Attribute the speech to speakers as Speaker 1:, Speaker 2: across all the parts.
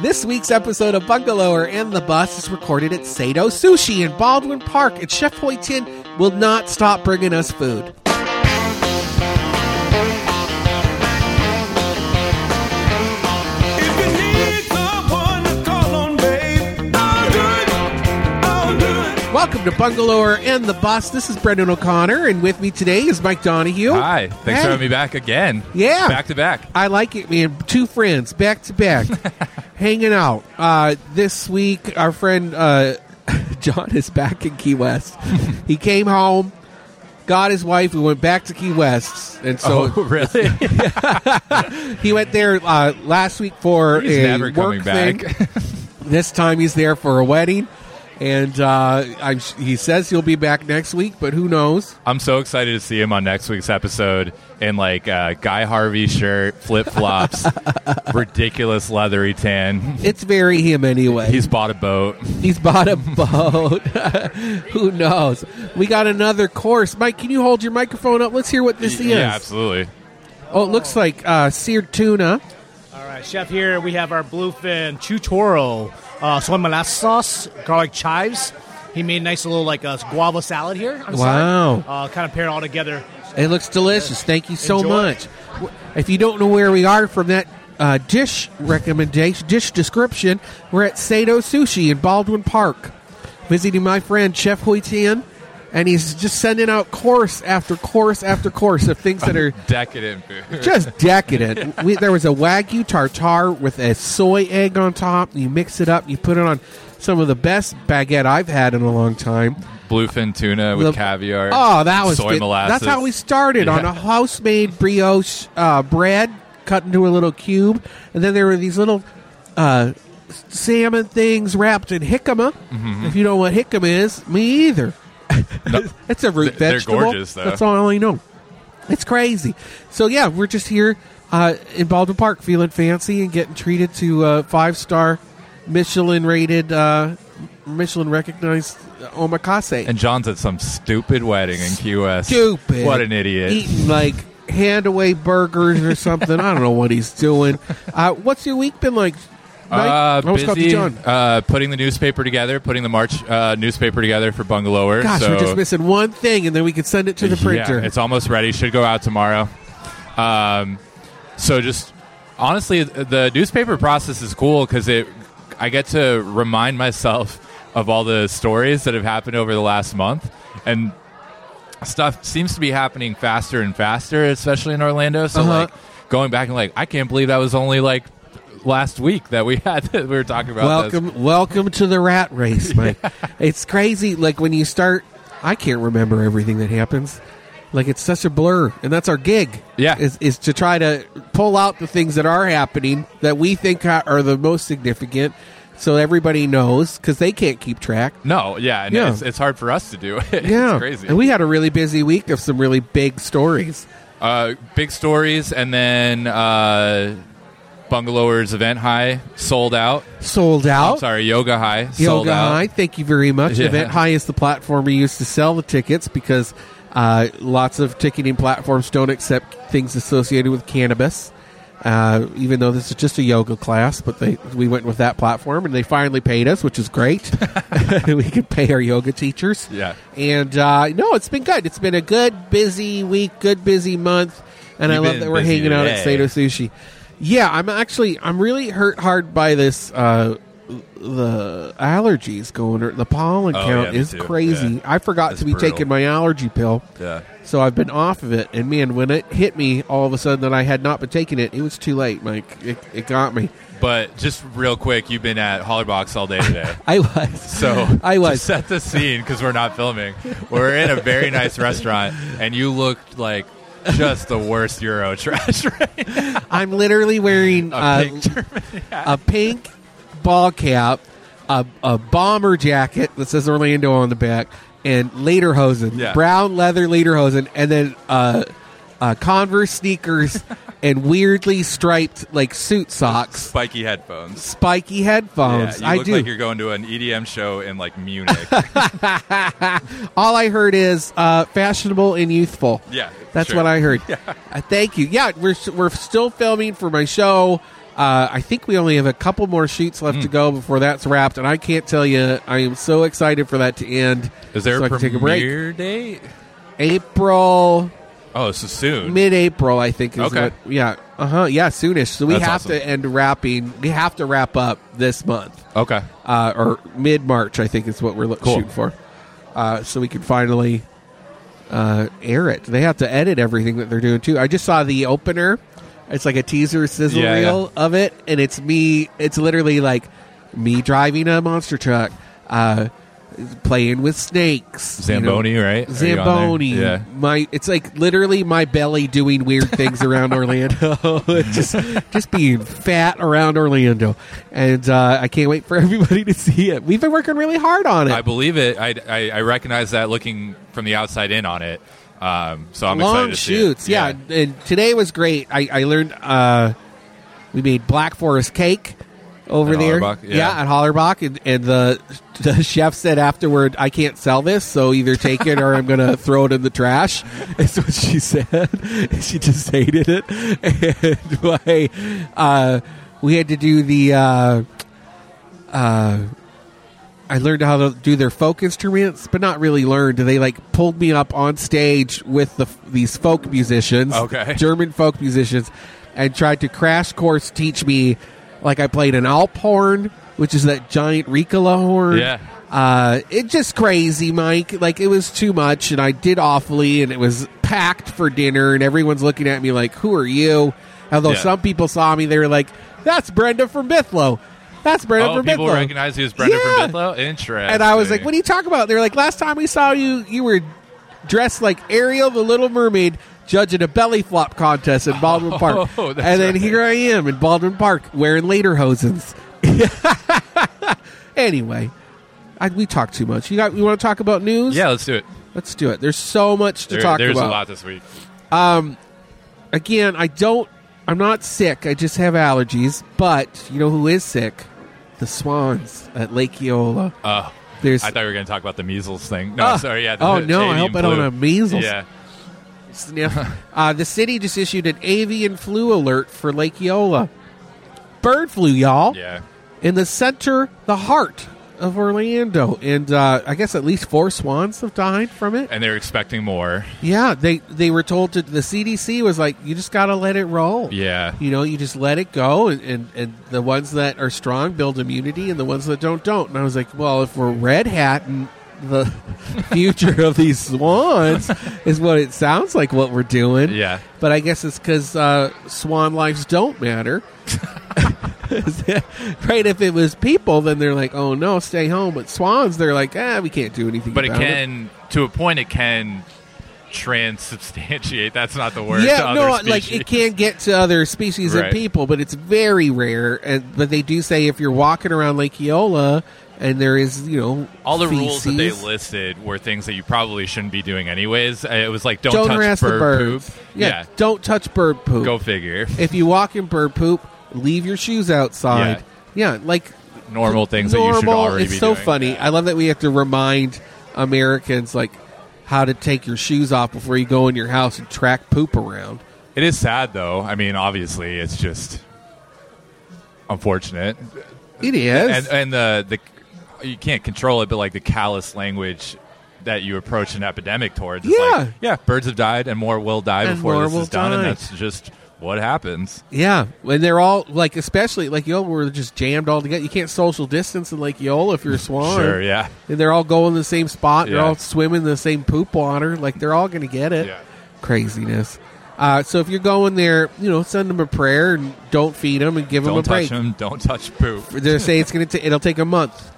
Speaker 1: This week's episode of Bungalower and the Bus is recorded at Sato Sushi in Baldwin Park, and Chef Hoitin will not stop bringing us food.
Speaker 2: If you need someone to call on, babe, I'll do it. I'll do it.
Speaker 1: Welcome to Bungalower and the Bus. This is Brendan O'Connor, and with me today is Mike Donahue.
Speaker 3: Hi, thanks
Speaker 1: Oh, Hey.
Speaker 3: for having me back again.
Speaker 1: Yeah.
Speaker 3: back to back.
Speaker 1: I like it, man. Two friends back to back, hanging out. Uh, this week, our friend uh, John is back in Key West. he came home, got his wife. We went back to Key West, and so
Speaker 3: oh, really?
Speaker 1: he went there uh, last week for
Speaker 3: He's
Speaker 1: a
Speaker 3: never coming
Speaker 1: work thing.
Speaker 3: back.
Speaker 1: this time he's there for a wedding, and uh, I'm, sh- he says he'll be back next week, but who knows?
Speaker 3: I'm so excited to see him on next week's episode in like uh, Guy Harvey shirt, flip flops, ridiculous leathery tan.
Speaker 1: It's very him anyway.
Speaker 3: He's bought a boat.
Speaker 1: He's bought a boat. Who knows? We got another course. Mike, can you hold your microphone up? Let's hear what this is.
Speaker 3: Yeah, absolutely.
Speaker 1: Oh, it looks like uh, seared tuna.
Speaker 4: All right, chef. Here we have our bluefin chutoro, uh, soy molasses sauce, garlic chives. He made a nice little like uh, guava salad here. On the
Speaker 1: Wow.
Speaker 4: side. Uh, kind of pair it all together.
Speaker 1: It looks delicious. Thank you so
Speaker 4: Enjoy.
Speaker 1: much. W- If you don't know where we are from that uh, dish recommendation, dish description, we're at Sato Sushi in Baldwin Park, visiting my friend Chef Hui Tian, and he's just sending out course after course after course of things that are
Speaker 3: Decadent food.
Speaker 1: just decadent. we, there was a wagyu tartare with a soy egg on top. You mix it up. You put it on some of the best baguette I've had in a long time.
Speaker 3: Bluefin tuna with
Speaker 1: The-
Speaker 3: caviar.
Speaker 1: Oh, that was
Speaker 3: soy
Speaker 1: good.
Speaker 3: molasses.
Speaker 1: That's how we started on
Speaker 3: Yeah.
Speaker 1: a house-made brioche uh, bread cut into a little cube, and then there were these little uh, s- salmon things wrapped in jicama.
Speaker 3: Mm-hmm.
Speaker 1: If you know what jicama is, me either. it's a root
Speaker 3: Th- they're
Speaker 1: vegetable.
Speaker 3: gorgeous, though.
Speaker 1: That's all I know. It's crazy. So yeah, we're just here uh, in Baldwin Park, feeling fancy and getting treated to uh, five-star Michelin-rated, uh, Michelin-recognized uh, omakase
Speaker 3: And John's at some stupid wedding in Key West.
Speaker 1: stupid.
Speaker 3: What an idiot.
Speaker 1: Eating like handaway burgers or something. I don't know what he's doing. Uh, what's your week been like? Mike?
Speaker 3: Uh,
Speaker 1: I almost called you
Speaker 3: busy
Speaker 1: John.
Speaker 3: uh, putting the newspaper together, putting the March uh, newspaper together for Bungalower.
Speaker 1: Gosh,
Speaker 3: so,
Speaker 1: we're just missing one thing, and then we can send it to the printer.
Speaker 3: Yeah, it's almost ready. Should go out tomorrow. Um, so just honestly, the newspaper process is cool because it, I get to remind myself of all the stories that have happened over the last month, and stuff seems to be happening faster and faster, especially in Orlando. So
Speaker 1: Uh-huh.
Speaker 3: like going back and like, I can't believe that was only like last week that we had that we were talking about. this.
Speaker 1: welcome, welcome to the rat race, Mike. It's crazy. Like when you start, I can't remember everything that happens. Like it's such a blur, and that's our gig.
Speaker 3: Yeah.
Speaker 1: is, is to try to pull out the things that are happening that we think are- are the most significant, so everybody knows because they can't keep track.
Speaker 3: No, yeah, and
Speaker 1: Yeah.
Speaker 3: It's, it's hard for us to do. it.
Speaker 1: Yeah,
Speaker 3: it's crazy.
Speaker 1: And we had a really busy week of some really big stories.
Speaker 3: uh, big stories, and then uh, Bungalowers Event High sold out.
Speaker 1: Sold out.
Speaker 3: I'm sorry, Yoga High sold
Speaker 1: Oh. Yoga
Speaker 3: out.
Speaker 1: High. Thank you very much.
Speaker 3: Yeah.
Speaker 1: Event High is the platform we use to sell the tickets because uh, lots of ticketing platforms don't accept things associated with cannabis. Uh, even though this is just a yoga class, but they we went with that platform and they finally paid us, which is great. we could pay our yoga teachers.
Speaker 3: Yeah.
Speaker 1: And uh, no, it's been good. It's been a good busy week, good busy month, and I
Speaker 3: You've
Speaker 1: love
Speaker 3: been
Speaker 1: that we're
Speaker 3: busy
Speaker 1: hanging out at
Speaker 3: today.
Speaker 1: Sato Sushi. Yeah, I'm actually I'm really hurt hard by this. Uh, the allergies going, or the pollen
Speaker 3: Oh,
Speaker 1: count
Speaker 3: yeah, me
Speaker 1: is
Speaker 3: too.
Speaker 1: crazy.
Speaker 3: Yeah.
Speaker 1: I forgot
Speaker 3: That's
Speaker 1: to be
Speaker 3: brutal.
Speaker 1: taking my allergy pill,
Speaker 3: Yeah.
Speaker 1: so I've been off of it. And man, when it hit me all of a sudden that I had not been taking it, it was too late. Mike, it, it got me.
Speaker 3: But just real quick, you've been at Hollerbox all day today.
Speaker 1: I was
Speaker 3: So
Speaker 1: I
Speaker 3: to
Speaker 1: was
Speaker 3: set the scene because we're not filming. We're in a very nice restaurant, and you looked like just the worst Euro trash. Right?
Speaker 1: I'm literally wearing a, uh,
Speaker 3: pink German
Speaker 1: a pink ball cap, a, a bomber jacket that says Orlando on the back, and lederhosen,
Speaker 3: Yeah.
Speaker 1: brown leather lederhosen, and then uh, uh, Converse sneakers and weirdly striped like suit socks,
Speaker 3: spiky headphones.
Speaker 1: spiky headphones. Um,
Speaker 3: yeah, you
Speaker 1: I
Speaker 3: look
Speaker 1: do.
Speaker 3: like you're going to an EDM show in like Munich.
Speaker 1: All I heard is uh, fashionable and youthful.
Speaker 3: Yeah,
Speaker 1: that's
Speaker 3: sure.
Speaker 1: what I heard. Uh, thank you. Yeah, we're we're still filming for my show. Uh, I think we only have a couple more sheets left
Speaker 3: Hmm.
Speaker 1: to go before that's wrapped, and I can't tell you. I am so excited for that to end.
Speaker 3: Is there
Speaker 1: so I
Speaker 3: a
Speaker 1: can take a break?
Speaker 3: premiere date?
Speaker 1: April
Speaker 3: Oh, so soon.
Speaker 1: mid-April, I think. Is
Speaker 3: Okay.
Speaker 1: What, yeah. Uh huh. Yeah. Soonish. So we
Speaker 3: That's
Speaker 1: have to
Speaker 3: awesome.
Speaker 1: end wrapping. We have to wrap up this month,
Speaker 3: okay.
Speaker 1: uh, or mid-March. I think is what we're lo-
Speaker 3: Cool.
Speaker 1: shooting for. Uh, so we can finally uh, air it. They have to edit everything that they're doing too. I just saw the opener. It's like a teaser sizzle
Speaker 3: Yeah, yeah.
Speaker 1: reel of it, and it's me. It's literally like me driving a monster truck, uh, playing with snakes. you know.
Speaker 3: Zamboni, right? Are you on there?
Speaker 1: Zamboni.
Speaker 3: Yeah.
Speaker 1: My it's like literally my belly doing weird things around Orlando. just just being fat around Orlando. And uh, I can't wait for everybody to see it. We've been working really hard on it.
Speaker 3: I believe it. I, I, I recognize that looking from the outside in on it. Um, so I'm
Speaker 1: Long
Speaker 3: excited to see it.
Speaker 1: shoots. Yeah. And today was great. I, I learned uh, we made Black Forest cake over
Speaker 3: At
Speaker 1: there.
Speaker 3: Hollerbach, yeah.
Speaker 1: at Hollerbach and, and the the chef said afterward, I can't sell this, so either take it or I'm gonna throw it in the trash. That's what she said. she just hated it. And my, uh, we had to do the uh, I learned how to do their folk instruments, but not really learned. They like pulled me up on stage with the these folk musicians,
Speaker 3: Okay.
Speaker 1: German folk musicians, and tried to crash course teach me. Like I played an Alp horn, which is that giant Ricola horn.
Speaker 3: Yeah.
Speaker 1: Uh, it just crazy, Mike. Like it was too much, and I did awfully, and it was packed for dinner, and everyone's looking at me like, "Who are you?" Although
Speaker 3: Yeah.
Speaker 1: some people saw me, they were like, "That's Brenda from Bithlo." That's Brenda
Speaker 3: Oh,
Speaker 1: from
Speaker 3: people
Speaker 1: Bithlo.
Speaker 3: recognize you as Brenda
Speaker 1: Yeah.
Speaker 3: from Bithlo? Interesting.
Speaker 1: And I was like, "What are you talking about?" They're like, "Last time we saw you, you were dressed like Ariel, the Little Mermaid, judging a belly flop contest in Baldwin Park."
Speaker 3: Oh, that's
Speaker 1: And then
Speaker 3: right.
Speaker 1: here I am in Baldwin Park wearing lederhosens. anyway, I, we talk too much. You got? You want to talk about news?
Speaker 3: Yeah, let's do it.
Speaker 1: let's do it. There's so much to
Speaker 3: There-
Speaker 1: talk
Speaker 3: there's
Speaker 1: about.
Speaker 3: a lot this week.
Speaker 1: Again, I don't. I'm not sick. I just have allergies. But you know who is sick? The Swans at Lake Eola.
Speaker 3: Uh,
Speaker 1: There's
Speaker 3: I thought we were going to talk about the measles thing. No,
Speaker 1: Ah.
Speaker 3: sorry. Yeah.
Speaker 1: Oh,
Speaker 3: the
Speaker 1: no, I
Speaker 3: avian
Speaker 1: hope I don't
Speaker 3: flu.
Speaker 1: have measles.
Speaker 3: Yeah.
Speaker 1: sniff. Uh, the city just issued an avian flu alert for Lake Eola. Bird flu, y'all.
Speaker 3: Yeah.
Speaker 1: In the center, the heart of Orlando. And uh, I guess at least four swans have died from it.
Speaker 3: And they're expecting more.
Speaker 1: Yeah, they, they were told to, the CDC was like, you just got to let it roll.
Speaker 3: Yeah.
Speaker 1: You know, you just let it go. And, and, and the ones that are strong build immunity, and the ones that don't, don't. And I was like, well, if we're red hat and the future of these swans is what it sounds like what we're doing
Speaker 3: Yeah.
Speaker 1: but I guess it's because uh, swan lives don't matter. right? If it was people, then they're like, "Oh no, stay home." But swans, they're like, "Ah, we can't do anything."
Speaker 3: But it
Speaker 1: about
Speaker 3: can, to a point, it can transubstantiate. That's not the word. to
Speaker 1: Yeah,
Speaker 3: other
Speaker 1: no, like
Speaker 3: species.
Speaker 1: it can get to other species and
Speaker 3: Right.
Speaker 1: people, but it's very rare. And but they do say if you're walking around Lake Eola and there is, you know,
Speaker 3: All the rules that they
Speaker 1: feces,
Speaker 3: listed were things that you probably shouldn't be doing anyways. Uh, It was like don't,
Speaker 1: don't,
Speaker 3: touch
Speaker 1: harass
Speaker 3: bird
Speaker 1: the birds.
Speaker 3: poop.
Speaker 1: Yeah,
Speaker 3: Yeah.
Speaker 1: don't touch bird poop.
Speaker 3: Go figure.
Speaker 1: If you walk in bird poop, leave your shoes outside. yeah like
Speaker 3: Normal things that you should
Speaker 1: normal.
Speaker 3: already
Speaker 1: it's
Speaker 3: be
Speaker 1: so
Speaker 3: doing.
Speaker 1: funny. I love that we have to remind Americans like how to take your shoes off before you go in your house and track poop around.
Speaker 3: It is sad, though. I mean, obviously, it's just unfortunate.
Speaker 1: It is.
Speaker 3: and and the the you can't control it, but like the callous language that you approach an epidemic towards. is
Speaker 1: Yeah.
Speaker 3: like, yeah. Birds have died, and more will die
Speaker 1: And
Speaker 3: before
Speaker 1: more
Speaker 3: this
Speaker 1: will
Speaker 3: is done, and
Speaker 1: die.
Speaker 3: that's just what happens.
Speaker 1: yeah, when they're all like, especially like Yola, we're just jammed all together. You can't social distance in Lake Yola if you're a swan.
Speaker 3: Sure, yeah.
Speaker 1: And they're all going the same spot. They're
Speaker 3: Yeah.
Speaker 1: all swimming in the same poop water. Like they're all going to get it.
Speaker 3: Yeah.
Speaker 1: Craziness. Uh, so if you're going there, you know, send them a prayer and don't feed them and give them a
Speaker 3: Don't touch
Speaker 1: break.
Speaker 3: them. Don't touch poop.
Speaker 1: They say it's going to it'll take a month.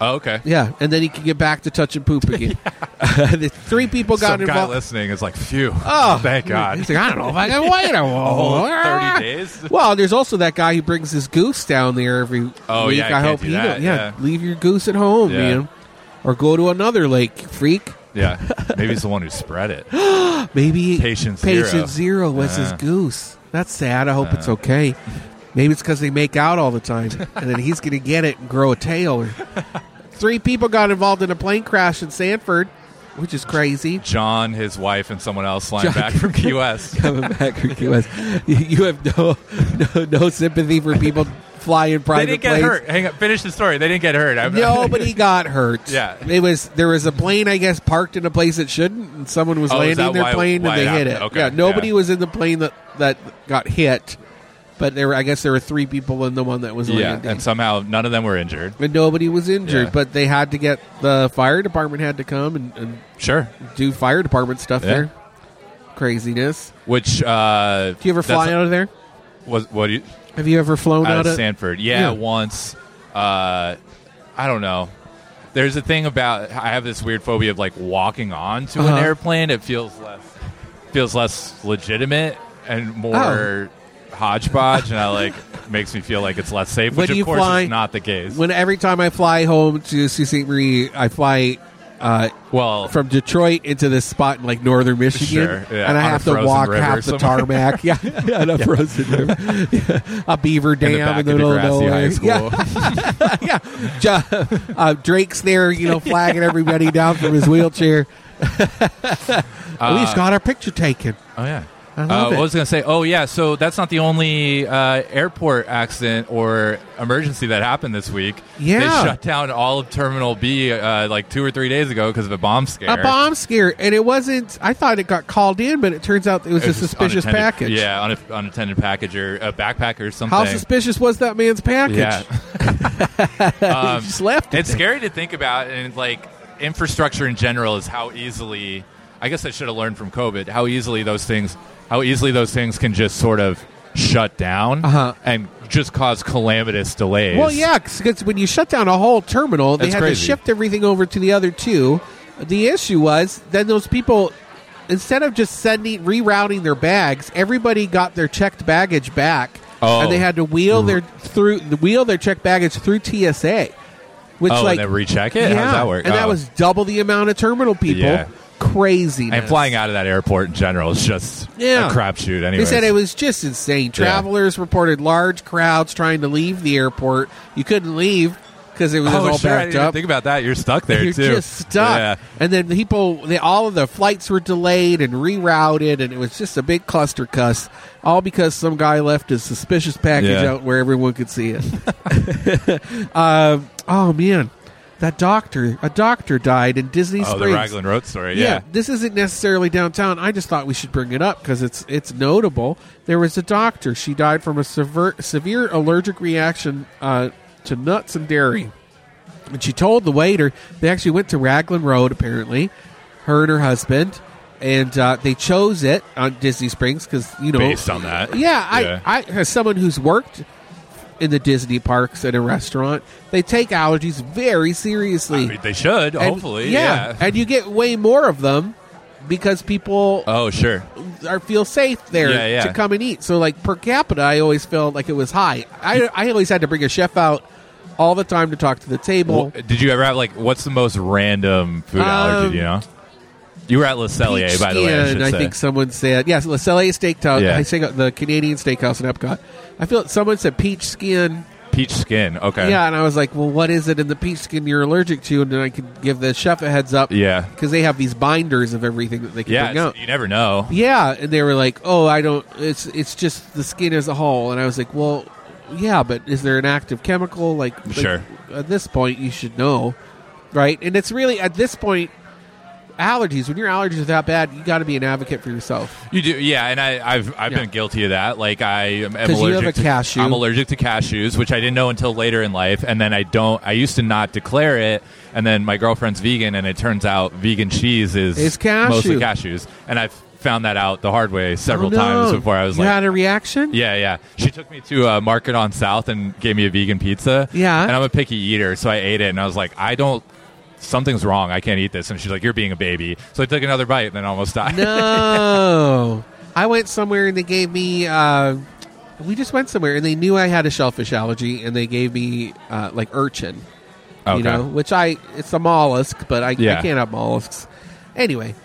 Speaker 3: Oh, okay.
Speaker 1: Yeah, and then he can get back to touching poop again. The Three people got
Speaker 3: Some guy
Speaker 1: involved.
Speaker 3: listening is like, phew. Oh, thank God.
Speaker 1: He's like, I don't know if I can wait a
Speaker 3: whole
Speaker 1: while.
Speaker 3: 30 days?
Speaker 1: Well, there's also that guy who brings his goose down there every
Speaker 3: Oh,
Speaker 1: week.
Speaker 3: yeah,
Speaker 1: I
Speaker 3: can't
Speaker 1: hope
Speaker 3: do
Speaker 1: he
Speaker 3: that,
Speaker 1: don't- yeah,
Speaker 3: yeah.
Speaker 1: leave your goose at home,
Speaker 3: Yeah.
Speaker 1: man, or go to another lake, freak.
Speaker 3: Yeah. Maybe it's the one who spread it.
Speaker 1: Maybe
Speaker 3: Patient zero. Uh-huh.
Speaker 1: patient zero was his
Speaker 3: Uh.
Speaker 1: goose. That's sad. I hope it's okay. Maybe it's because they make out all the time, and then he's going to get it and grow a tail. Three people got involved in a plane crash in Sanford. which is crazy.
Speaker 3: John, his wife, and someone else flying
Speaker 1: John-
Speaker 3: back from Key West.
Speaker 1: Coming back from Key West. you have no, no no sympathy for people flying
Speaker 3: they
Speaker 1: private
Speaker 3: didn't get
Speaker 1: planes.
Speaker 3: hurt. Hang on, finish the story. They didn't get hurt. I'm-
Speaker 1: Nobody got hurt.
Speaker 3: Yeah.
Speaker 1: it was there was a plane I guess parked in a place it shouldn't, and someone was
Speaker 3: Oh, is
Speaker 1: landing
Speaker 3: that
Speaker 1: their
Speaker 3: why-
Speaker 1: plane and
Speaker 3: why
Speaker 1: they
Speaker 3: it
Speaker 1: hit it.
Speaker 3: happened? Okay,
Speaker 1: Yeah, nobody
Speaker 3: yeah.
Speaker 1: was in the plane that that got hit, but there were I guess there were three people in the one that was
Speaker 3: yeah,
Speaker 1: landing.
Speaker 3: and somehow none of them were injured.
Speaker 1: and nobody was injured,
Speaker 3: Yeah.
Speaker 1: but they had to get the fire department had to come and, and
Speaker 3: Sure.
Speaker 1: do fire department stuff
Speaker 3: Yeah.
Speaker 1: there. Craziness.
Speaker 3: Which uh,
Speaker 1: Do you ever fly
Speaker 3: that's-
Speaker 1: out of there?
Speaker 3: Was what do you,
Speaker 1: Have you ever flown
Speaker 3: out
Speaker 1: out,
Speaker 3: of Sanford? Yeah,
Speaker 1: Yeah.
Speaker 3: once. Uh, I don't know. There's a thing about I have this weird phobia of like walking on to
Speaker 1: Uh-huh.
Speaker 3: an airplane. It feels less feels less legitimate and more hodgepodge, and I like makes me feel like it's less safe,
Speaker 1: Oh. When
Speaker 3: which
Speaker 1: you
Speaker 3: of course
Speaker 1: fly-
Speaker 3: is not the case.
Speaker 1: When every time I fly home to Sault Ste. Marie, I fly uh,
Speaker 3: well,
Speaker 1: from Detroit into this spot in like northern Michigan,
Speaker 3: Sure, yeah,
Speaker 1: and I
Speaker 3: on a
Speaker 1: have to
Speaker 3: frozen
Speaker 1: walk
Speaker 3: river
Speaker 1: half the
Speaker 3: somewhere.
Speaker 1: tarmac. yeah, yeah, on a frozen river, Yeah, a beaver dam
Speaker 3: in the
Speaker 1: in the, middle
Speaker 3: back of
Speaker 1: of
Speaker 3: Degrassi
Speaker 1: nowhere.
Speaker 3: High School.
Speaker 1: Yeah, yeah. Ju- uh, Drake's there, you know, flagging everybody down from his wheelchair.
Speaker 3: Uh,
Speaker 1: we just got our picture taken.
Speaker 3: Oh yeah.
Speaker 1: I love
Speaker 3: uh,
Speaker 1: it.
Speaker 3: I was gonna say, oh yeah, so that's not the only uh, airport accident or emergency that happened this week. they
Speaker 1: Yeah.
Speaker 3: shut down all of Terminal B uh, like two or three days ago because of a bomb scare.
Speaker 1: A bomb scare, and it wasn't. I thought it got called in, but it turns out it was,
Speaker 3: It was
Speaker 1: a
Speaker 3: just
Speaker 1: suspicious
Speaker 3: unattended-
Speaker 1: package.
Speaker 3: Yeah, on a, unattended package or a backpack or something.
Speaker 1: How suspicious was that man's package?
Speaker 3: Yeah, um,
Speaker 1: he just left it.
Speaker 3: it's scary to think about, and like infrastructure in general is how easily. I guess I should have learned from COVID how easily those things, how easily those things can just sort of shut down
Speaker 1: Uh-huh.
Speaker 3: and just cause calamitous delays.
Speaker 1: Well, yeah, because when you shut down a whole terminal, they
Speaker 3: That's
Speaker 1: had to
Speaker 3: crazy.
Speaker 1: shift everything over to the other two. The issue was then those people, instead of just sending rerouting their bags, everybody got their checked baggage back,
Speaker 3: Oh.
Speaker 1: and they had to wheel their through wheel their checked baggage through TSA, which
Speaker 3: Oh,
Speaker 1: like
Speaker 3: and then recheck it. How does that work?
Speaker 1: And that
Speaker 3: Oh.
Speaker 1: was double the amount of terminal people.
Speaker 3: Yeah.
Speaker 1: Crazy.
Speaker 3: and flying out of that airport in general is just
Speaker 1: Yeah.
Speaker 3: a crapshoot.
Speaker 1: They
Speaker 3: Anyway,
Speaker 1: said it was just insane. Travelers reported large crowds trying to leave the airport. You couldn't leave because it was all
Speaker 3: oh, sure, I didn't
Speaker 1: backed
Speaker 3: even
Speaker 1: up.
Speaker 3: Think about that. You're stuck there
Speaker 1: You're
Speaker 3: too.
Speaker 1: just stuck.
Speaker 3: Yeah.
Speaker 1: And then people, they, all of the flights were delayed and rerouted, and it was just a big cluster cuss, all because some guy left his suspicious package
Speaker 3: Yeah.
Speaker 1: out where everyone could see it. um, oh man, that doctor, a doctor died in Disney
Speaker 3: Oh, the
Speaker 1: Springs.
Speaker 3: Raglan Road story.
Speaker 1: Yeah.
Speaker 3: Yeah.
Speaker 1: this isn't necessarily downtown. I just thought we should bring it up because it's it's notable. There was a doctor. She died from a sever- severe allergic reaction uh, to nuts and dairy, and she told the waiter they actually went to Raglan Road. Apparently, her and her husband, and uh, they chose it on Disney Springs because you know
Speaker 3: Based on that.
Speaker 1: yeah, I, I as someone who's worked in the Disney parks at a restaurant, they take allergies very seriously.
Speaker 3: I mean, they should
Speaker 1: And-
Speaker 3: hopefully. Yeah.
Speaker 1: and you get way more of them because people uh,
Speaker 3: Oh, sure.
Speaker 1: are feel safe there
Speaker 3: Yeah, yeah.
Speaker 1: to come and eat. So like per capita, I always felt like it was high. I I always had to bring a chef out all the time to talk to the
Speaker 3: Well,
Speaker 1: table.
Speaker 3: did you ever have like what's the most random food
Speaker 1: Um,
Speaker 3: allergy? You know, you were at Le Cellier,
Speaker 1: Peach
Speaker 3: by the way. I,
Speaker 1: skin,
Speaker 3: should say.
Speaker 1: think someone said yes. Le Cellier Steakhouse,
Speaker 3: Yeah.
Speaker 1: I think the Canadian Steakhouse in Epcot. I feel someone said peach skin.
Speaker 3: Peach skin. Okay.
Speaker 1: Yeah, and I was like, well, what is it in the peach skin you're allergic to? And then I could give the chef a heads up.
Speaker 3: Yeah.
Speaker 1: because they have these binders of everything that they can
Speaker 3: Yeah.
Speaker 1: bring out.
Speaker 3: it's- You never know.
Speaker 1: Yeah, and they were like, "Oh, I don't. It's it's just the skin as a whole." And I was like, "Well, yeah, but is there an active chemical? Like, like,
Speaker 3: Sure.
Speaker 1: At this point, you should know, right? And it's really at this point, allergies. When your allergies are that bad, you got to be an advocate for yourself.
Speaker 3: You do, yeah, and I, I've I've
Speaker 1: Yeah.
Speaker 3: been guilty of that. Like I am am
Speaker 1: 'Cause you
Speaker 3: allergic
Speaker 1: have a
Speaker 3: to
Speaker 1: cashew.
Speaker 3: I'm allergic to cashews, which I didn't know until later in life, and then I don't. I used to not declare it, and then my girlfriend's vegan, and it turns out vegan cheese is
Speaker 1: It's cashew.
Speaker 3: mostly cashews, and I've found that out the hard way several
Speaker 1: Oh, no.
Speaker 3: times before I was
Speaker 1: you
Speaker 3: like.
Speaker 1: had a reaction.
Speaker 3: yeah, yeah. She took me to uh, Market on South and gave me a vegan pizza.
Speaker 1: Yeah.
Speaker 3: And I'm a picky eater, so I ate it and I was like, I don't, something's wrong. I can't eat this. And she's like, You're being a baby. So I took another bite and then almost died.
Speaker 1: No, I went somewhere and they gave me. Uh, we just went somewhere and they knew I had a shellfish allergy, and they gave me uh, like urchin. you
Speaker 3: Okay.
Speaker 1: know, which I it's a mollusk, but I, I
Speaker 3: Yeah.
Speaker 1: can't have mollusks. Anyway,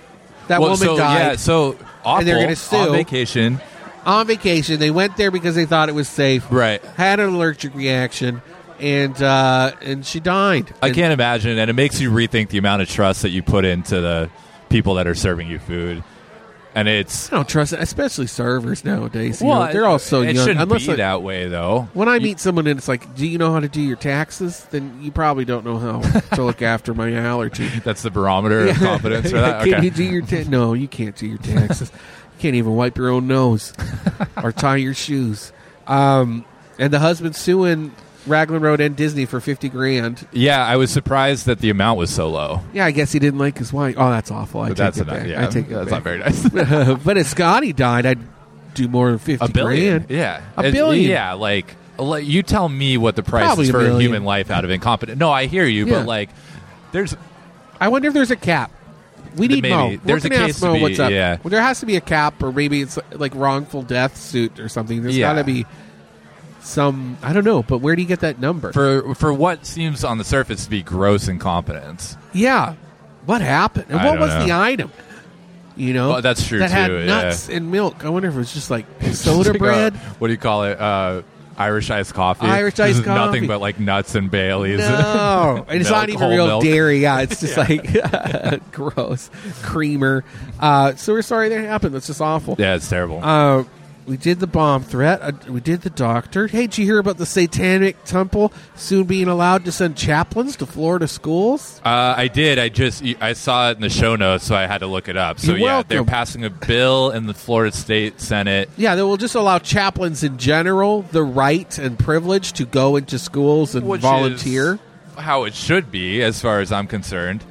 Speaker 1: that
Speaker 3: well,
Speaker 1: woman
Speaker 3: so,
Speaker 1: died
Speaker 3: Yeah, so awful.
Speaker 1: And they're gonna sue.
Speaker 3: on vacation,
Speaker 1: on vacation. They went there because they thought it was safe.
Speaker 3: right?
Speaker 1: Had an allergic reaction. and uh, and she died.
Speaker 3: I can't imagine, and it makes you rethink the amount of trust that you put into the people that are serving you food. And it's
Speaker 1: I don't trust, especially servers nowadays. you know, they're all so
Speaker 3: it
Speaker 1: young.
Speaker 3: shouldn't
Speaker 1: Unless
Speaker 3: be
Speaker 1: I-
Speaker 3: that way, though.
Speaker 1: when I meet someone and it's like, "Do you know how to do your taxes?" Then you probably don't know how to look after my allergy.
Speaker 3: That's the barometer of confidence for that.
Speaker 1: Can
Speaker 3: Okay.
Speaker 1: you do your ta- no? You can't do your taxes. you can't even wipe your own nose or tie your shoes. Um, and the husband suing Raglan Road and Disney for fifty grand.
Speaker 3: Yeah, I was surprised that the amount was so low.
Speaker 1: Yeah, I guess he didn't like his wife. Oh, that's awful. I
Speaker 3: But
Speaker 1: take
Speaker 3: that's
Speaker 1: it
Speaker 3: enough.
Speaker 1: back.
Speaker 3: Yeah,
Speaker 1: I take it
Speaker 3: that's
Speaker 1: back.
Speaker 3: not very nice.
Speaker 1: but if Scotty died, I'd do more than fifty
Speaker 3: a billion.
Speaker 1: grand.
Speaker 3: Yeah,
Speaker 1: A
Speaker 3: It-
Speaker 1: billion.
Speaker 3: Yeah, like like, you tell me what the price
Speaker 1: Probably
Speaker 3: is
Speaker 1: a
Speaker 3: for a
Speaker 1: billion.
Speaker 3: human life out of incompetence. No, I hear you,
Speaker 1: Yeah.
Speaker 3: but like, there's
Speaker 1: I wonder if there's a cap. We
Speaker 3: Th-
Speaker 1: need
Speaker 3: maybe.
Speaker 1: Mo. We're
Speaker 3: There's a
Speaker 1: gonna
Speaker 3: case
Speaker 1: ask
Speaker 3: to
Speaker 1: Mo
Speaker 3: be-
Speaker 1: what's up.
Speaker 3: yeah.
Speaker 1: Well, there has to be a cap, or maybe it's like wrongful death suit or something. There's
Speaker 3: Yeah.
Speaker 1: got to be some. I don't know, but where do you get that number?
Speaker 3: for for what seems on the surface to be gross incompetence.
Speaker 1: yeah, what happened? And
Speaker 3: I
Speaker 1: what
Speaker 3: don't
Speaker 1: was
Speaker 3: know.
Speaker 1: the item? You know,
Speaker 3: Well, that's true,
Speaker 1: That had
Speaker 3: too,
Speaker 1: nuts and milk. I wonder if it was just like soda
Speaker 3: Like, uh,
Speaker 1: bread.
Speaker 3: what do you call it? Uh, Irish iced coffee.
Speaker 1: Irish
Speaker 3: This
Speaker 1: iced
Speaker 3: is Nothing
Speaker 1: coffee.
Speaker 3: but like nuts and Baileys.
Speaker 1: No, and it's not
Speaker 3: Milk,
Speaker 1: even
Speaker 3: whole
Speaker 1: real
Speaker 3: milk.
Speaker 1: dairy. Yeah, it's just like gross creamer. Uh, so we're sorry that happened. That's just awful.
Speaker 3: yeah, it's terrible.
Speaker 1: Uh, we did the bomb threat. Uh, we did the doctor. Hey, did you hear about the Satanic Temple soon being allowed to send chaplains to Florida schools?
Speaker 3: Uh, I did. I just I saw it in the show notes, so I had to look it up. So
Speaker 1: You're
Speaker 3: yeah, they're
Speaker 1: welcome.
Speaker 3: passing a bill in the Florida State Senate.
Speaker 1: Yeah, they will just allow chaplains in general the right and privilege to go into schools and
Speaker 3: Which
Speaker 1: volunteer.
Speaker 3: is how it should be, as far as I'm concerned.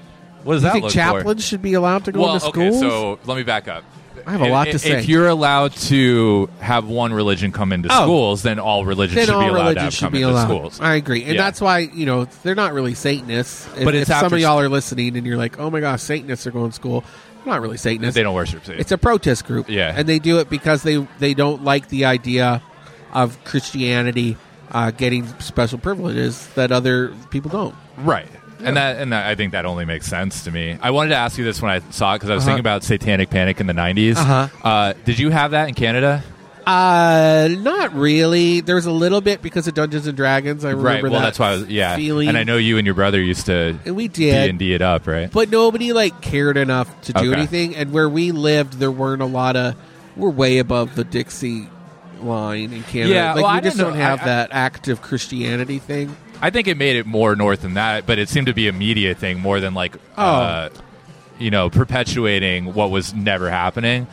Speaker 3: What does
Speaker 1: you
Speaker 3: that
Speaker 1: think
Speaker 3: look
Speaker 1: chaplains should be allowed to
Speaker 3: for?
Speaker 1: go
Speaker 3: Well,
Speaker 1: into
Speaker 3: okay.
Speaker 1: schools?
Speaker 3: So let me back up.
Speaker 1: I have a lot to
Speaker 3: if,
Speaker 1: say.
Speaker 3: If you're allowed to have one religion come into
Speaker 1: Oh.
Speaker 3: schools, then all religions
Speaker 1: then
Speaker 3: should be
Speaker 1: all
Speaker 3: allowed to
Speaker 1: religions
Speaker 3: have
Speaker 1: should
Speaker 3: come
Speaker 1: be
Speaker 3: into
Speaker 1: allowed.
Speaker 3: schools.
Speaker 1: I agree, and
Speaker 3: Yeah.
Speaker 1: that's why you know they're not really Satanists. If,
Speaker 3: But it's
Speaker 1: if some
Speaker 3: after-
Speaker 1: of y'all are listening and you're like, "Oh my gosh, Satanists are going to school," They're not really Satanists.
Speaker 3: They don't worship. Satan.
Speaker 1: It's a protest group.
Speaker 3: Yeah.
Speaker 1: And they do it because they, they don't like the idea of Christianity uh, getting special privileges that other people don't.
Speaker 3: Right. And that, and that, I think that only makes sense to me. I wanted to ask you this when I saw it because I was
Speaker 1: Uh-huh.
Speaker 3: thinking about satanic panic in the 90s.
Speaker 1: Uh-huh.
Speaker 3: Uh, did you have that in Canada?
Speaker 1: Uh, not really. There was a little bit because of Dungeons and Dragons. I remember
Speaker 3: right. Well,
Speaker 1: that
Speaker 3: that's why I was, yeah.
Speaker 1: feeling.
Speaker 3: And I know you and your brother used to
Speaker 1: And we
Speaker 3: D
Speaker 1: did.
Speaker 3: and D it up, right?
Speaker 1: but nobody like cared enough to do
Speaker 3: Okay.
Speaker 1: anything. And where we lived, there weren't a lot of. We're way above the Dixie line in Canada.
Speaker 3: Yeah,
Speaker 1: like
Speaker 3: well,
Speaker 1: we
Speaker 3: I
Speaker 1: just
Speaker 3: didn't
Speaker 1: don't
Speaker 3: know-
Speaker 1: have
Speaker 3: I- I-
Speaker 1: that active Christianity thing.
Speaker 3: I think it made it more north than that, but it seemed to be a media thing more than like,
Speaker 1: Oh.
Speaker 3: uh, you know, perpetuating what was never happening.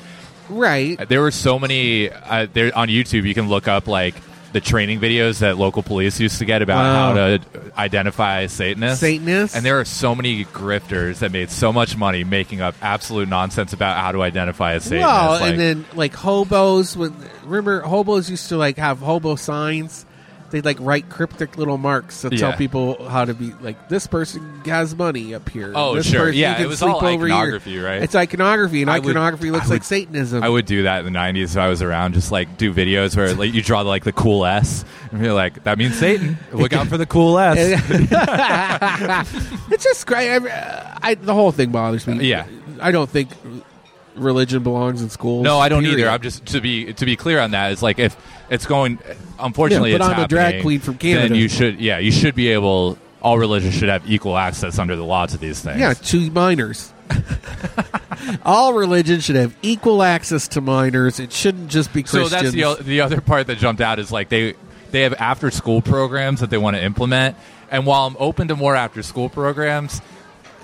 Speaker 1: Right.
Speaker 3: There were so many uh, there on YouTube. You can look up like the training videos that local police used to get about
Speaker 1: Wow.
Speaker 3: how to identify Satanists.
Speaker 1: Satanists?
Speaker 3: and there are so many grifters that made so much money making up absolute nonsense about how to identify a Satanist.
Speaker 1: Well,
Speaker 3: Like,
Speaker 1: and then like hobos when remember hobos used to like have hobo signs. They'd like write cryptic little marks to tell
Speaker 3: Yeah.
Speaker 1: people how to be like this person has money up here.
Speaker 3: Oh,
Speaker 1: this
Speaker 3: sure.
Speaker 1: person,
Speaker 3: Yeah,
Speaker 1: you can
Speaker 3: it was
Speaker 1: sleep
Speaker 3: all
Speaker 1: over here."
Speaker 3: iconography, right?
Speaker 1: It's iconography, and
Speaker 3: I would-
Speaker 1: iconography looks
Speaker 3: I
Speaker 1: like
Speaker 3: would-
Speaker 1: Satanism.
Speaker 3: I would do that in the '90s if I was around. Just like do videos where like you draw like the cool S, and you're like, that means Satan. Look out for the cool S.
Speaker 1: it's just great. I, I, the whole thing bothers me.
Speaker 3: Yeah.
Speaker 1: I don't think religion belongs in schools.
Speaker 3: No, I don't
Speaker 1: period.
Speaker 3: either. I'm just to be to be clear on that. It's like if it's going, unfortunately,
Speaker 1: Yeah, but
Speaker 3: it's
Speaker 1: I'm a drag
Speaker 3: happening,
Speaker 1: queen from Canada.
Speaker 3: Then you should, yeah, you should be able. All religions should have equal access under the law to these things.
Speaker 1: Yeah, to minors. All religions should have equal access to minors. It shouldn't just be
Speaker 3: So
Speaker 1: Christians.
Speaker 3: that's the o- the other part that jumped out is like they they have after school programs that they want to implement. And while I'm open to more after school programs.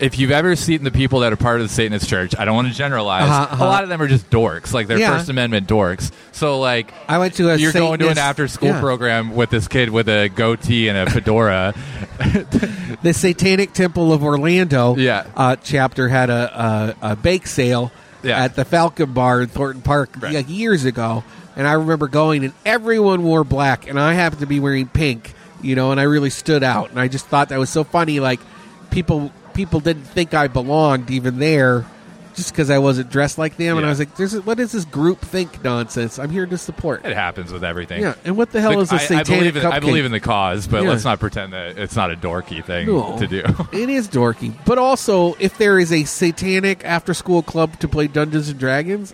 Speaker 3: If you've ever seen the people that are part of the Satanist Church, I don't want to generalize.
Speaker 1: Uh-huh, uh-huh.
Speaker 3: A lot of them are just dorks, like they're
Speaker 1: Yeah.
Speaker 3: First Amendment dorks. So, like,
Speaker 1: I went to a
Speaker 3: you're going to an
Speaker 1: Satanist-
Speaker 3: after school
Speaker 1: yeah.
Speaker 3: program with this kid with a goatee and a fedora.
Speaker 1: the Satanic Temple of Orlando
Speaker 3: Yeah.
Speaker 1: uh, chapter had a, a, a bake sale
Speaker 3: Yeah.
Speaker 1: at the Falcon Bar in Thornton Park
Speaker 3: Right.
Speaker 1: like years ago, and I remember going and everyone wore black, and I happened to be wearing pink, you know, and I really stood out, and I just thought that was so funny. Like people people didn't think I belonged even there. Just because I wasn't dressed like them, and
Speaker 3: Yeah.
Speaker 1: I was like, "There's what is this group think nonsense? I'm here to support."
Speaker 3: it happens with everything.
Speaker 1: Yeah, and what the hell
Speaker 3: The-
Speaker 1: is a
Speaker 3: I, I
Speaker 1: satanic
Speaker 3: believe in, I
Speaker 1: cupcake?
Speaker 3: believe in the cause, but
Speaker 1: Yeah.
Speaker 3: let's not pretend that it's not a dorky thing
Speaker 1: No.
Speaker 3: to do.
Speaker 1: it is dorky. But also, if there is a satanic after school club to play Dungeons and Dragons,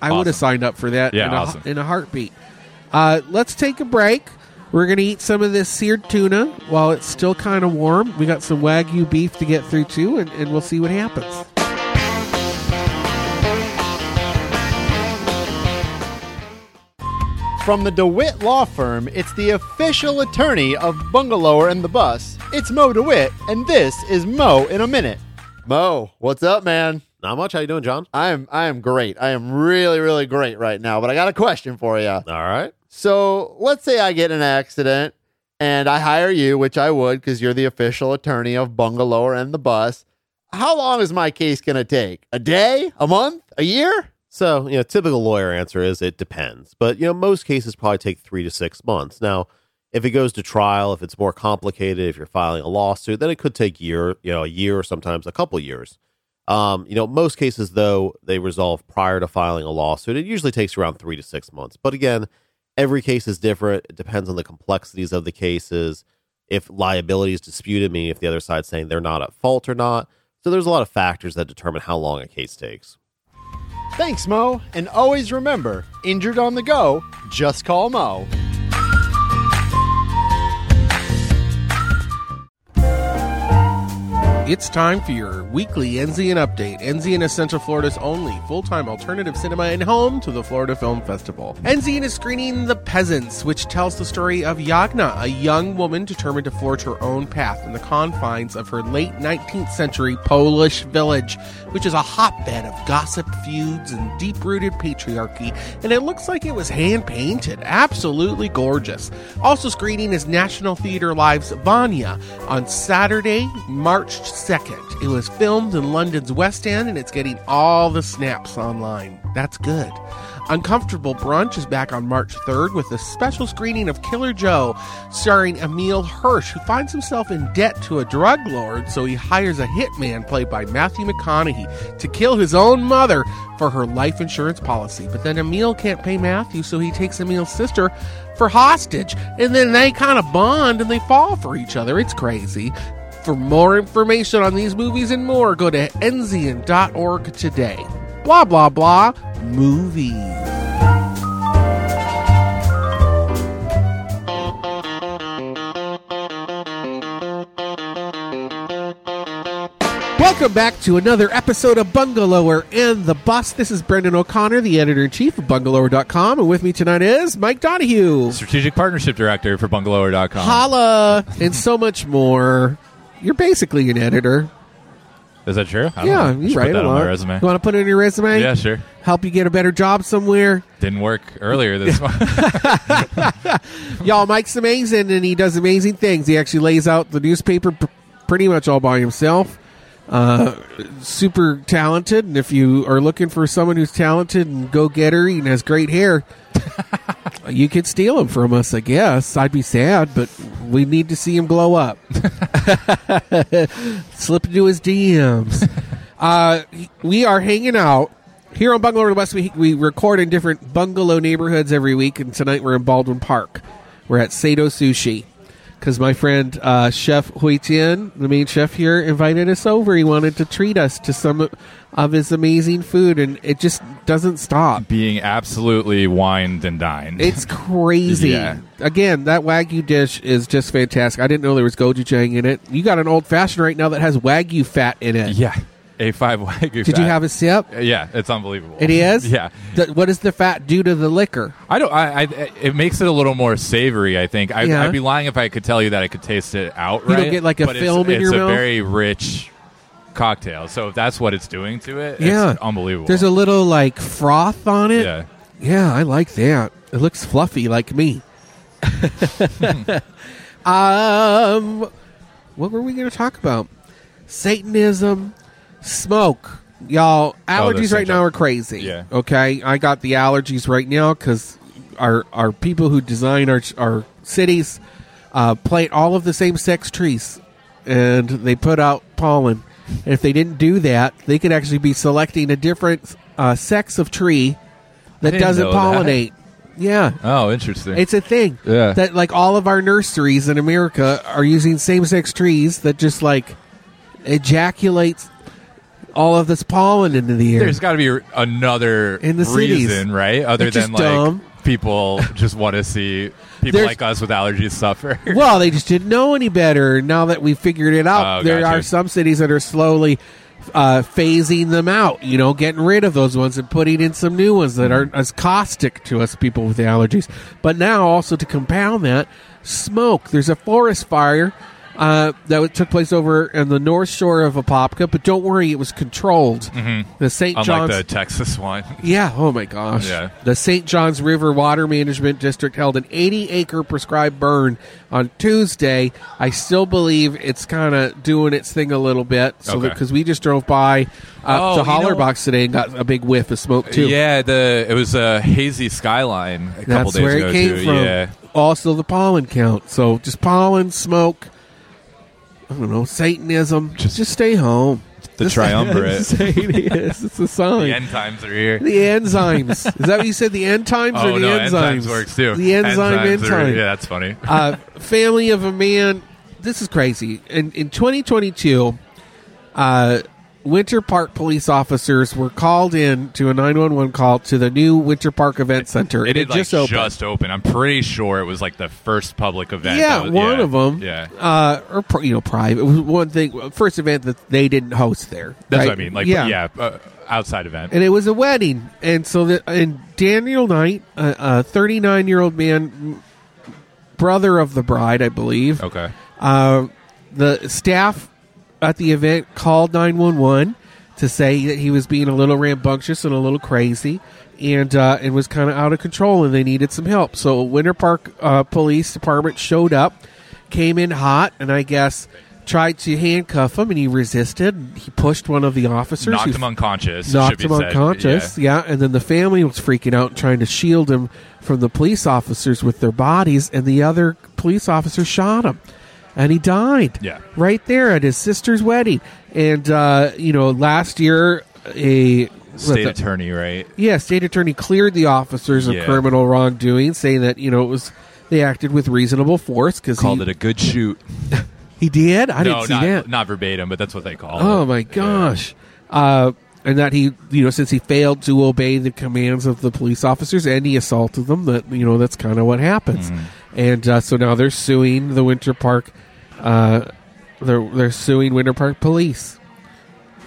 Speaker 1: I would
Speaker 3: Awesome.
Speaker 1: have signed up for that
Speaker 3: Yeah,
Speaker 1: in, a,
Speaker 3: awesome.
Speaker 1: in a heartbeat. Uh, let's take a break. We're going to eat some of this seared tuna while it's still kind of warm. We got some Wagyu beef to get through, too, and, and we'll see what happens.
Speaker 5: From the DeWitt Law Firm, it's the official attorney of Bungalower and the Bus. It's Mo DeWitt, and this is Mo in a Minute. Mo, what's up, man?
Speaker 6: Not much. How you doing, John?
Speaker 5: I am I am great. I am really really great right now, but I got a question for you.
Speaker 6: All right.
Speaker 5: So, let's say I get in an accident and I hire you, which I would cuz you're the official attorney of Bungalower and the Bus. How long is my case going to take? A day? A month? A year?
Speaker 6: So, you know, typical lawyer answer is it depends. But, you know, most cases probably take three to six months. Now, if it goes to trial, if it's more complicated, if you're filing a lawsuit, then it could take year, you know, a year or sometimes a couple years. Um, you know, most cases though, they resolve prior to filing a lawsuit. It usually takes around three to six months. But again, every case is different. It depends on the complexities of the cases, if liability is disputed, meaning if the other side's saying they're not at fault or not. So there's a lot of factors that determine how long a case takes.
Speaker 5: Thanks, Mo, and always remember, injured on the go, just call Mo.
Speaker 1: It's time for your weekly Enzian update. Enzian is Central Florida's only full-time alternative cinema and home to the Florida Film Festival. Enzian is screening The Peasants, which tells the story of Yagna, a young woman determined to forge her own path in the confines of her late 19th century Polish village, which is a hotbed of gossip, feuds, and deep-rooted patriarchy. And it looks like it was hand-painted. Absolutely gorgeous. Also screening is National Theatre Live's Vanya on Saturday, March 2nd. It was filmed in London's West End and it's getting all the snaps online. That's good. Uncomfortable Brunch is back on March 3rd with a special screening of Killer Joe, starring Emil Hirsch, who finds himself in debt to a drug lord, so he hires a hitman played by Matthew McConaughey to kill his own mother for her life insurance policy. But then Emil can't pay Matthew, so he takes Emil's sister for hostage, and then they kind of bond and they fall for each other. It's crazy. For more information on these movies and more, go to enzian.org today. Blah, blah, blah. Movies. Welcome back to another episode of Bungalower and the Bus. This is Brendan O'Connor, the editor in chief of bungalower.com, and with me tonight is Mike Donahue.
Speaker 3: Strategic Partnership Director for Bungalower.com.
Speaker 1: Holla and so much more. You're basically an editor.
Speaker 3: Is that true? I don't
Speaker 1: Yeah,
Speaker 3: know. I
Speaker 1: you
Speaker 3: should
Speaker 1: write
Speaker 3: put that
Speaker 1: a
Speaker 3: on my
Speaker 1: lot.
Speaker 3: resume.
Speaker 1: You want to put it in your resume?
Speaker 3: Yeah, sure.
Speaker 1: Help you get a better job somewhere.
Speaker 3: Didn't work earlier this month.
Speaker 1: Y'all, Mike's amazing, and he does amazing things. He actually lays out the newspaper pr- pretty much all by himself. Uh, super talented, and if you are looking for someone who's talented and go getter and has great hair, you could steal him from us. I guess I'd be sad, but we need to see him glow up. Slip into his DMs. Uh, we are hanging out here on Bungalow Road West. We, we record in different bungalow neighborhoods every week, and tonight we're in Baldwin Park. We're at Sato Sushi because my friend uh, Chef Hui Tian, the main chef here, invited us over. He wanted to treat us to some of his amazing food, and it just doesn't stop.
Speaker 3: Being absolutely wined and dined.
Speaker 1: It's crazy.
Speaker 3: Yeah.
Speaker 1: Again, that wagyu dish is just fantastic. I didn't know there was gochujang in it. You got an old fashioned right now that has wagyu fat in it.
Speaker 3: yeah. A5 Wagyu
Speaker 1: Did you have a sip?
Speaker 3: Yeah, it's unbelievable.
Speaker 1: It is.
Speaker 3: Yeah.
Speaker 1: The- what does the fat do to the liquor?
Speaker 3: I don't. I, I. It makes it a little more savory. I think. I,
Speaker 1: Yeah.
Speaker 3: I'd be lying if I could tell you that I could taste it outright.
Speaker 1: don't get, like, a
Speaker 3: but
Speaker 1: film in
Speaker 3: it's,
Speaker 1: your
Speaker 3: it's
Speaker 1: mouth?
Speaker 3: a very rich cocktail. So if that's what it's doing to it,
Speaker 1: yeah,
Speaker 3: it's unbelievable.
Speaker 1: There's a little like froth on it.
Speaker 3: yeah.
Speaker 1: Yeah, I like that. It looks fluffy like me. um, what were we going to talk about? Satanism, smoke. Y'all, allergies
Speaker 3: Oh, those
Speaker 1: right
Speaker 3: things
Speaker 1: now
Speaker 3: are-
Speaker 1: are crazy.
Speaker 3: Yeah.
Speaker 1: Okay, I got the allergies right now because our our people who design our our cities uh, plant all of the same sex trees, and they put out pollen. And if they didn't do that, they could actually be selecting a different uh, sex of tree that
Speaker 3: didn't
Speaker 1: doesn't
Speaker 3: know that.
Speaker 1: pollinate. Yeah,
Speaker 3: Oh, interesting.
Speaker 1: it's a thing.
Speaker 3: Yeah.
Speaker 1: That like all of our nurseries in America are using same-sex trees that just like ejaculates all of this pollen into the air.
Speaker 3: There's got to be another
Speaker 1: In the cities.
Speaker 3: reason, right? Other
Speaker 1: They're just
Speaker 3: than like
Speaker 1: dumb.
Speaker 3: people just want to see people
Speaker 1: there's-
Speaker 3: like us with allergies suffer.
Speaker 1: Well, they just didn't know any better. Now that we figured it out,
Speaker 3: Oh,
Speaker 1: there
Speaker 3: gotcha.
Speaker 1: are some cities that are slowly uh, phasing them out. You know, getting rid of those ones and putting in some new ones that aren't as caustic to us people with allergies. But now, also to compound that, smoke. There's a forest fire. Uh, that took place over on the north shore of Apopka, but don't worry, it was controlled. The St.
Speaker 3: Mm-hmm. Unlike
Speaker 1: John's
Speaker 3: the Texas one.
Speaker 1: yeah. Oh my gosh.
Speaker 3: Yeah.
Speaker 1: The St. Johns River Water Management District held an 80 acre prescribed burn on Tuesday. I still believe it's kind of doing its thing a little bit. So
Speaker 3: Okay.
Speaker 1: because we just drove by uh, to
Speaker 3: Oh, you know-
Speaker 1: Hollerbox today and got a big whiff of smoke too.
Speaker 3: Yeah, the it was a hazy skyline a couple
Speaker 1: That's
Speaker 3: days
Speaker 1: where
Speaker 3: ago
Speaker 1: it came
Speaker 3: too.
Speaker 1: from.
Speaker 3: Yeah.
Speaker 1: Also the pollen count. So just pollen, smoke. I don't know Satanism. Just, stay home.
Speaker 3: The
Speaker 1: Just-
Speaker 3: triumvirate.
Speaker 1: Satanism. It's a sign.
Speaker 3: The end times are here.
Speaker 1: The enzymes. Is that what you said? The end times
Speaker 3: oh
Speaker 1: or the
Speaker 3: no,
Speaker 1: enzymes?
Speaker 3: end times works too.
Speaker 1: The enzyme end
Speaker 3: Enzymes are-
Speaker 1: time.
Speaker 3: Yeah, that's funny.
Speaker 1: uh, family of a man. This is crazy. In in 2022, uh, Winter Park police officers were called in to a 911 call to the new Winter Park Event Center.
Speaker 3: It, did like,
Speaker 1: just opened.
Speaker 3: just open. I'm pretty sure it was like the first public event.
Speaker 1: Yeah,
Speaker 3: that was-
Speaker 1: one of them.
Speaker 3: Yeah,
Speaker 1: uh, or pri- you know, private. It was one thing. First event that they didn't host there.
Speaker 3: that's
Speaker 1: right?
Speaker 3: what I mean. Like, yeah, uh, outside event.
Speaker 1: and it was a wedding. And so, the, and Daniel Knight, a- a 39 year old man, m- brother of the bride, I believe,
Speaker 3: okay.
Speaker 1: Uh, the staff at the event called 911 to say that he was being a little rambunctious and a little crazy and uh, and was kind of out of control and they needed some help. So Winter Park uh, Police Department showed up, came in hot, and I guess tried to handcuff him and he resisted. He pushed one of the officers.
Speaker 3: Knocked
Speaker 1: who-
Speaker 3: him unconscious. it should
Speaker 1: knocked
Speaker 3: be
Speaker 1: him
Speaker 3: said.
Speaker 1: unconscious.
Speaker 3: Yeah.
Speaker 1: Yeah. and then the family was freaking out, trying to shield him from the police officers with their bodies, and the other police officer shot him, and he died.
Speaker 3: Yeah.
Speaker 1: right there at his sister's wedding. And uh, you know, last year a
Speaker 3: State
Speaker 1: what the-
Speaker 3: attorney, right?
Speaker 1: yeah, state attorney cleared the officers of
Speaker 3: Yeah.
Speaker 1: criminal wrongdoing, saying that you know it was they acted with reasonable force because
Speaker 3: Called
Speaker 1: he,
Speaker 3: it a good shoot.
Speaker 1: he did. I
Speaker 3: no,
Speaker 1: didn't see
Speaker 3: not,
Speaker 1: that.
Speaker 3: not verbatim, but that's what they call it.
Speaker 1: Oh my gosh. Uh, and that he, you know, since he failed to obey the commands of the police officers and he assaulted them, that, you know, that's kind of what happens.
Speaker 3: Mm-hmm.
Speaker 1: And uh, so now they're suing the Winter Park, uh, they're, they're suing Winter Park police,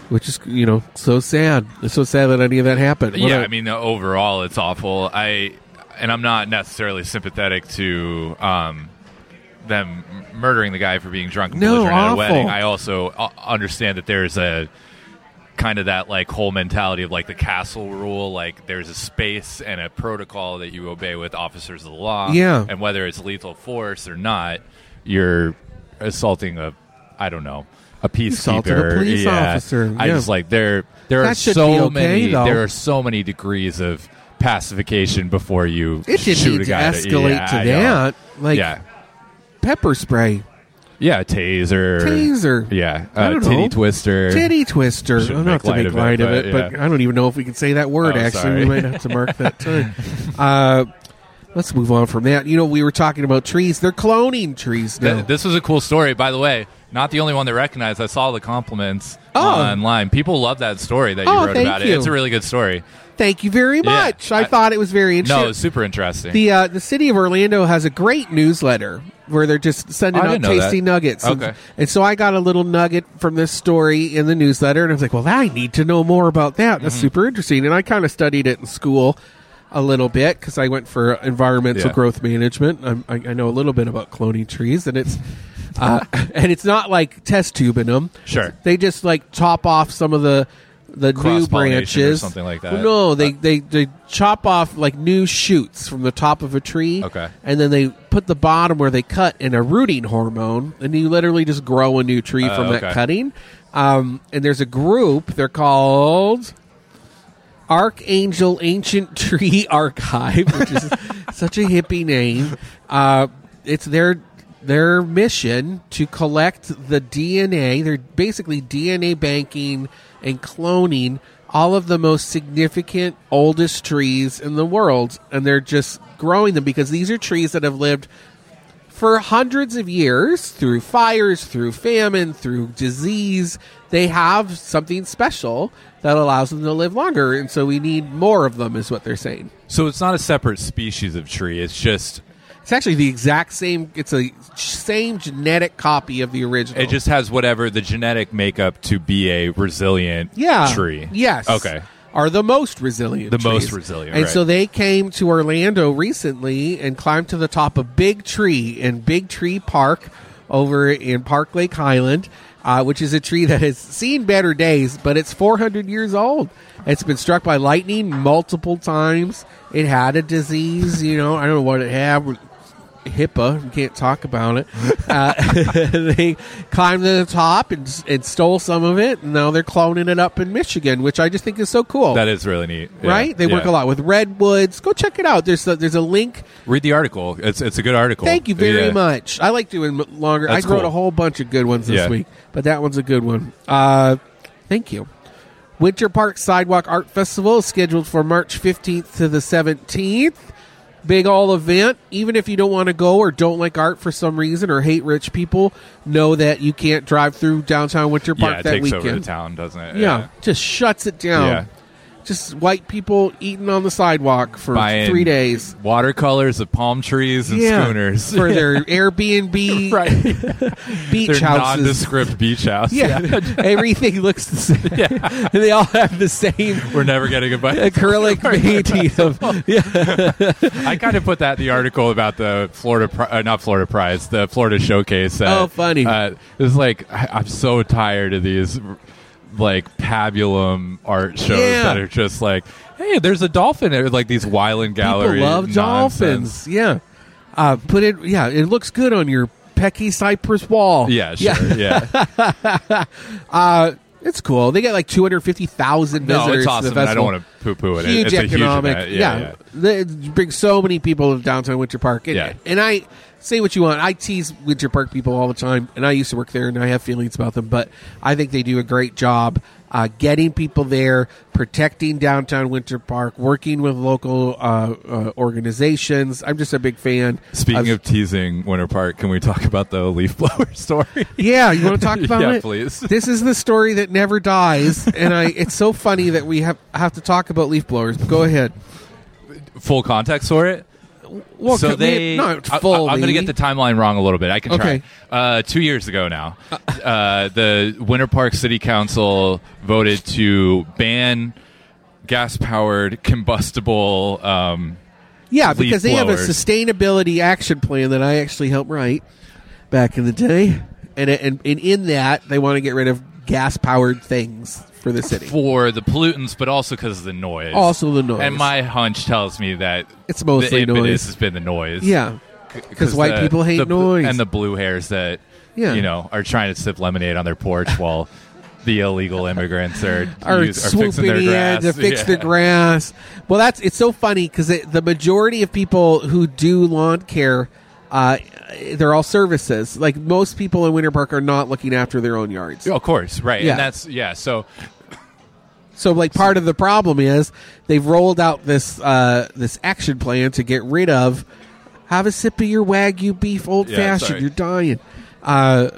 Speaker 1: which is, you know, so sad. It's so sad that any of that happened. What
Speaker 3: yeah,
Speaker 1: a-
Speaker 3: I mean, uh, overall, it's awful. I and I'm not necessarily sympathetic to um, them m- murdering the guy for being drunk and
Speaker 1: No,
Speaker 3: belligerent at a
Speaker 1: awful.
Speaker 3: wedding. I also uh, understand that there's a kind of that like whole mentality of like the castle rule like there's a space and a protocol that you obey with officers of the law
Speaker 1: Yeah.
Speaker 3: and whether it's lethal force or not you're assaulting a i don't know a
Speaker 1: assaulted a
Speaker 3: peacekeeper
Speaker 1: police
Speaker 3: yeah.
Speaker 1: officer,
Speaker 3: i
Speaker 1: yeah.
Speaker 3: just like there there
Speaker 1: That
Speaker 3: are
Speaker 1: should
Speaker 3: so
Speaker 1: be okay,
Speaker 3: many
Speaker 1: though.
Speaker 3: there are so many degrees of pacification before you
Speaker 1: It didn't
Speaker 3: shoot
Speaker 1: need
Speaker 3: a
Speaker 1: to
Speaker 3: guy
Speaker 1: escalate
Speaker 3: yeah,
Speaker 1: to
Speaker 3: I know.
Speaker 1: that. Like,
Speaker 3: yeah
Speaker 1: pepper spray,
Speaker 3: yeah taser
Speaker 1: Taser.
Speaker 3: yeah
Speaker 1: I
Speaker 3: uh,
Speaker 1: don't
Speaker 3: titty
Speaker 1: know.
Speaker 3: twister
Speaker 1: titty twister. I
Speaker 3: Shouldn't
Speaker 1: don't have to
Speaker 3: make light
Speaker 1: make
Speaker 3: of it,
Speaker 1: light of
Speaker 3: but,
Speaker 1: it, but
Speaker 3: yeah.
Speaker 1: I don't even know if we can say that word,
Speaker 3: Oh,
Speaker 1: actually.
Speaker 3: sorry.
Speaker 1: We might have to mark that time. uh, let's move on from that. You know, we were talking about trees. They're cloning trees now.
Speaker 3: Th- this was a cool story, by the way. Not the only one that recognized. I saw the compliments
Speaker 1: Oh.
Speaker 3: online. People love that story that you
Speaker 1: Oh,
Speaker 3: wrote
Speaker 1: thank
Speaker 3: about
Speaker 1: you.
Speaker 3: it. It's a really good story.
Speaker 1: Thank you very much. I,
Speaker 3: I-
Speaker 1: thought it was very interesting.
Speaker 3: No, it's super interesting.
Speaker 1: the uh, the city of Orlando has a great newsletter where they're just sending
Speaker 3: I
Speaker 1: out
Speaker 3: didn't know
Speaker 1: tasty
Speaker 3: that.
Speaker 1: nuggets. And-
Speaker 3: Okay.
Speaker 1: And, so I got a little nugget from this story in the newsletter, and I was like, "Well, I need to know more about that.
Speaker 3: Mm-hmm.
Speaker 1: That's super interesting." And I kind of studied it in school a little bit because I went for environmental
Speaker 3: Yeah.
Speaker 1: growth management. I'm, I, I know a little bit about cloning trees, and it's. Uh, and it's not like test tubing them.
Speaker 3: Sure.
Speaker 1: they just like top off some of the the new
Speaker 3: Cross-pollination or
Speaker 1: branches,
Speaker 3: something like that.
Speaker 1: No, Oh, they, they they chop off like new shoots from the top of a tree.
Speaker 3: Okay.
Speaker 1: And then they put the bottom where they cut in a rooting hormone, and you literally just grow a new tree
Speaker 3: Oh,
Speaker 1: from that
Speaker 3: okay.
Speaker 1: cutting. Um, and there's a group. They're called Archangel Ancient Tree Archive, which is such a hippie name. Uh, it's their their mission to collect the DNA. They're basically DNA banking and cloning all of the most significant, oldest trees in the world, and they're just growing them because these are trees that have lived for hundreds of years through fires, through famine, through disease. They have something special that allows them to live longer. And so we need more of them, is what they're saying.
Speaker 3: so it's not a separate species of tree. It's just
Speaker 1: It's actually the exact same. It's a same genetic copy of the original.
Speaker 3: It just has whatever the genetic makeup to be a resilient
Speaker 1: yeah
Speaker 3: tree.
Speaker 1: Yes.
Speaker 3: Okay.
Speaker 1: Are the most resilient.
Speaker 3: The most
Speaker 1: trees.
Speaker 3: resilient,
Speaker 1: And
Speaker 3: right.
Speaker 1: so they came to Orlando recently and climbed to the top of Big Tree in Big Tree Park over in Park Lake Highland, uh, which is a tree that has seen better days, but it's 400 years old. It's been struck by lightning multiple times. It had a disease, you know, I don't know what it had. HIPAA. We can't talk about it. Uh, they climbed to the top and, and stole some of it, and now they're cloning it up in Michigan, which I just think is so cool.
Speaker 3: That is really neat. Yeah.
Speaker 1: Oh. right? They work
Speaker 3: Yeah.
Speaker 1: a lot with redwoods. Go check it out. There's a, there's a link.
Speaker 3: Read the article. It's it's a good article.
Speaker 1: Thank you very
Speaker 3: Yeah.
Speaker 1: much. I like doing m- longer.
Speaker 3: That's
Speaker 1: I wrote
Speaker 3: cool.
Speaker 1: a whole bunch of good ones this
Speaker 3: Yeah.
Speaker 1: week, but that one's a good one. Uh, thank you. Winter Park Sidewalk Art Festival is scheduled for March 15th to the 17th. Big all event. Even if you don't want to go or don't like art for some reason or hate rich people, know that you can't drive through downtown Winter Park
Speaker 3: Yeah, it
Speaker 1: that
Speaker 3: takes
Speaker 1: weekend.
Speaker 3: over the town, doesn't it?
Speaker 1: Yeah, just shuts it down.
Speaker 3: Yeah.
Speaker 1: Just white people eating on the sidewalk for
Speaker 3: Buying
Speaker 1: three days.
Speaker 3: Watercolors of palm trees and schooners.
Speaker 1: for their Airbnb beach
Speaker 3: Their
Speaker 1: houses.
Speaker 3: nondescript beach house.
Speaker 1: Yeah, everything looks the same. And they all have the same
Speaker 3: We're never getting a bite.
Speaker 1: acrylic painting of
Speaker 3: I kind of put that in the article about the Florida, Pri- uh, not Florida Prize, the Florida Showcase. that,
Speaker 1: Oh, funny.
Speaker 3: Uh, it was like I, I'm so tired of these like pabulum art shows
Speaker 1: Yeah.
Speaker 3: that are just like, hey, there's a dolphin. It was like these Weiland gallery.
Speaker 1: people love
Speaker 3: nonsense.
Speaker 1: dolphins. Yeah, uh, put it. Yeah, it looks good on your pecky cypress wall.
Speaker 3: Yeah, sure. Yeah,
Speaker 1: uh, it's cool. They got like two hundred fifty thousand
Speaker 3: no,
Speaker 1: visitors.
Speaker 3: it's
Speaker 1: To
Speaker 3: awesome.
Speaker 1: the
Speaker 3: and I don't
Speaker 1: festival.
Speaker 3: want to poo-poo it.
Speaker 1: huge
Speaker 3: it's
Speaker 1: economic.
Speaker 3: a huge event.
Speaker 1: yeah,
Speaker 3: yeah.
Speaker 1: They bring so many people to downtown Winter Park. And,
Speaker 3: Yeah.
Speaker 1: and I say what you want. I tease Winter Park people all the time, and I used to work there, and I have feelings about them. But I think they do a great job uh, getting people there, protecting downtown Winter Park, working with local uh, uh, organizations. I'm just a big fan.
Speaker 3: Speaking of teasing Winter Park, can we talk about the leaf blower story?
Speaker 1: Yeah, you want to talk about
Speaker 3: Yeah,
Speaker 1: it?
Speaker 3: please.
Speaker 1: This is the story that never dies, and I. It's so funny that we have have to talk about leaf blowers. Go ahead.
Speaker 3: Full context for it.
Speaker 1: Well,
Speaker 3: so
Speaker 1: could we-
Speaker 3: they,
Speaker 1: not
Speaker 3: I- I-
Speaker 1: fully.
Speaker 3: I'm going to get the timeline wrong a little bit. I can
Speaker 1: Okay.
Speaker 3: try. Uh, two years ago now, uh, the Winter Park City Council voted to ban gas-powered combustible. Um,
Speaker 1: Yeah,
Speaker 3: leaf
Speaker 1: because they have a
Speaker 3: blowers.
Speaker 1: sustainability action plan that I actually helped write back in the day, and and, and in that they want to get rid of gas powered things for the city.
Speaker 3: for the pollutants, but also because of the noise.
Speaker 1: Also the noise.
Speaker 3: And my hunch tells me that
Speaker 1: It's mostly
Speaker 3: the impetus
Speaker 1: noise.
Speaker 3: has been the noise.
Speaker 1: yeah, because white
Speaker 3: the-
Speaker 1: people hate
Speaker 3: the bl-
Speaker 1: noise.
Speaker 3: and the blue hairs that
Speaker 1: Yeah.
Speaker 3: you know are trying to sip lemonade on their porch while the illegal immigrants are
Speaker 1: are
Speaker 3: use- are
Speaker 1: swooping
Speaker 3: fixing their
Speaker 1: in
Speaker 3: grass.
Speaker 1: to fix
Speaker 3: Yeah.
Speaker 1: the grass. Well, that's it's so funny because the majority of people who do lawn care, uh, they're all services. Like most people in Winter Park are not looking after their own yards.
Speaker 3: Yeah, Oh, Of course, right?
Speaker 1: Yeah.
Speaker 3: And that's yeah. So
Speaker 1: So like part of the problem is they've rolled out this uh, this action plan to get rid of have a sip of your wagyu beef old fashioned
Speaker 3: sorry.
Speaker 1: you're dying. Uh,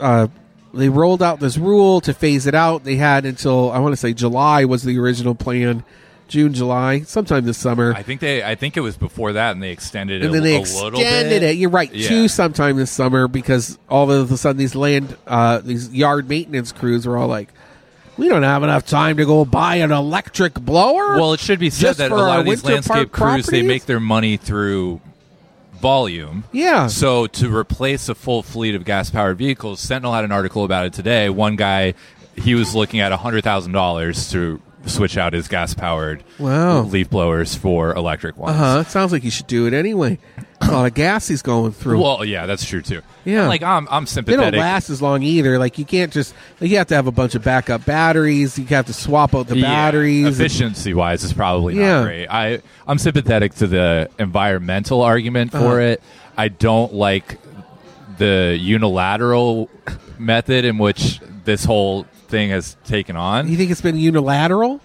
Speaker 1: uh, they rolled out this rule to phase it out. They had until I want to say July was the original plan, June July sometime this summer.
Speaker 3: I think they I think it was before that, and they extended
Speaker 1: and
Speaker 3: it
Speaker 1: then they
Speaker 3: a little
Speaker 1: extended
Speaker 3: bit.
Speaker 1: it. You're right,
Speaker 3: Yeah.
Speaker 1: to sometime this summer because all of a sudden these land, uh, these yard maintenance crews were all like, "We don't have enough time to go buy an electric blower."
Speaker 3: Well, it should be said
Speaker 1: Just
Speaker 3: that a
Speaker 1: for
Speaker 3: lot
Speaker 1: our
Speaker 3: of these
Speaker 1: Winter
Speaker 3: landscape
Speaker 1: Park
Speaker 3: crews they
Speaker 1: properties?
Speaker 3: make their money through volume.
Speaker 1: Yeah.
Speaker 3: So to replace a full fleet of gas powered vehicles, Sentinel had an article about it today. One guy he was looking at hundred thousand dollars to switch out his gas powered
Speaker 1: Wow.
Speaker 3: leaf blowers for electric ones.
Speaker 1: Uh, it sounds like you should do it anyway. A lot of gas he's going through.
Speaker 3: Well, yeah, that's true too.
Speaker 1: Yeah.
Speaker 3: And, like I'm I'm
Speaker 1: they
Speaker 3: sympathetic.
Speaker 1: don't last as long either. Like you can't just like, you have to have a bunch of backup batteries. You have to swap out the batteries.
Speaker 3: efficiency wise is probably
Speaker 1: Yeah.
Speaker 3: not great i i'm sympathetic to the environmental argument
Speaker 1: Uh-huh.
Speaker 3: for it i don't like the unilateral method in which this whole thing has taken
Speaker 1: you
Speaker 3: on
Speaker 1: think it's been unilateral?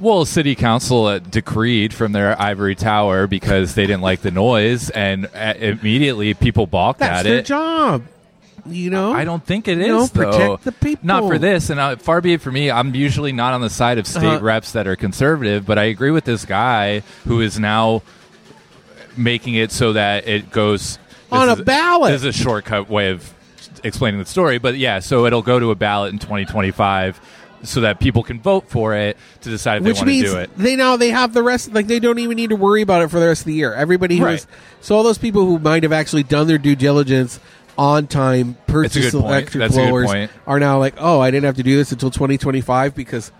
Speaker 3: well city council uh, decreed from their ivory tower because they didn't like the noise and uh, immediately people balked
Speaker 1: That's
Speaker 3: at
Speaker 1: their
Speaker 3: it
Speaker 1: job. You know,
Speaker 3: I don't think it is.
Speaker 1: No,
Speaker 3: though.
Speaker 1: protect the people.
Speaker 3: Not for this, and uh, far be it for me. I'm usually not on the side of state
Speaker 1: Uh-huh.
Speaker 3: reps that are conservative, but I agree with this guy who is now making it so that it goes
Speaker 1: On
Speaker 3: this
Speaker 1: a
Speaker 3: is-
Speaker 1: ballot.
Speaker 3: This is a shortcut way of explaining the story, but yeah, so it'll go to a ballot in 2025 so that people can vote for it to decide if
Speaker 1: Which
Speaker 3: they want
Speaker 1: means
Speaker 3: to do it.
Speaker 1: they now they have the rest. Like they don't even need to worry about it for the rest of the year. Everybody who
Speaker 3: Right.
Speaker 1: is so all those people who might have actually done their due diligence on time purchase
Speaker 3: good point.
Speaker 1: electric
Speaker 3: That's a good
Speaker 1: blowers
Speaker 3: point.
Speaker 1: are now like, oh, I didn't have to do this until 2025 because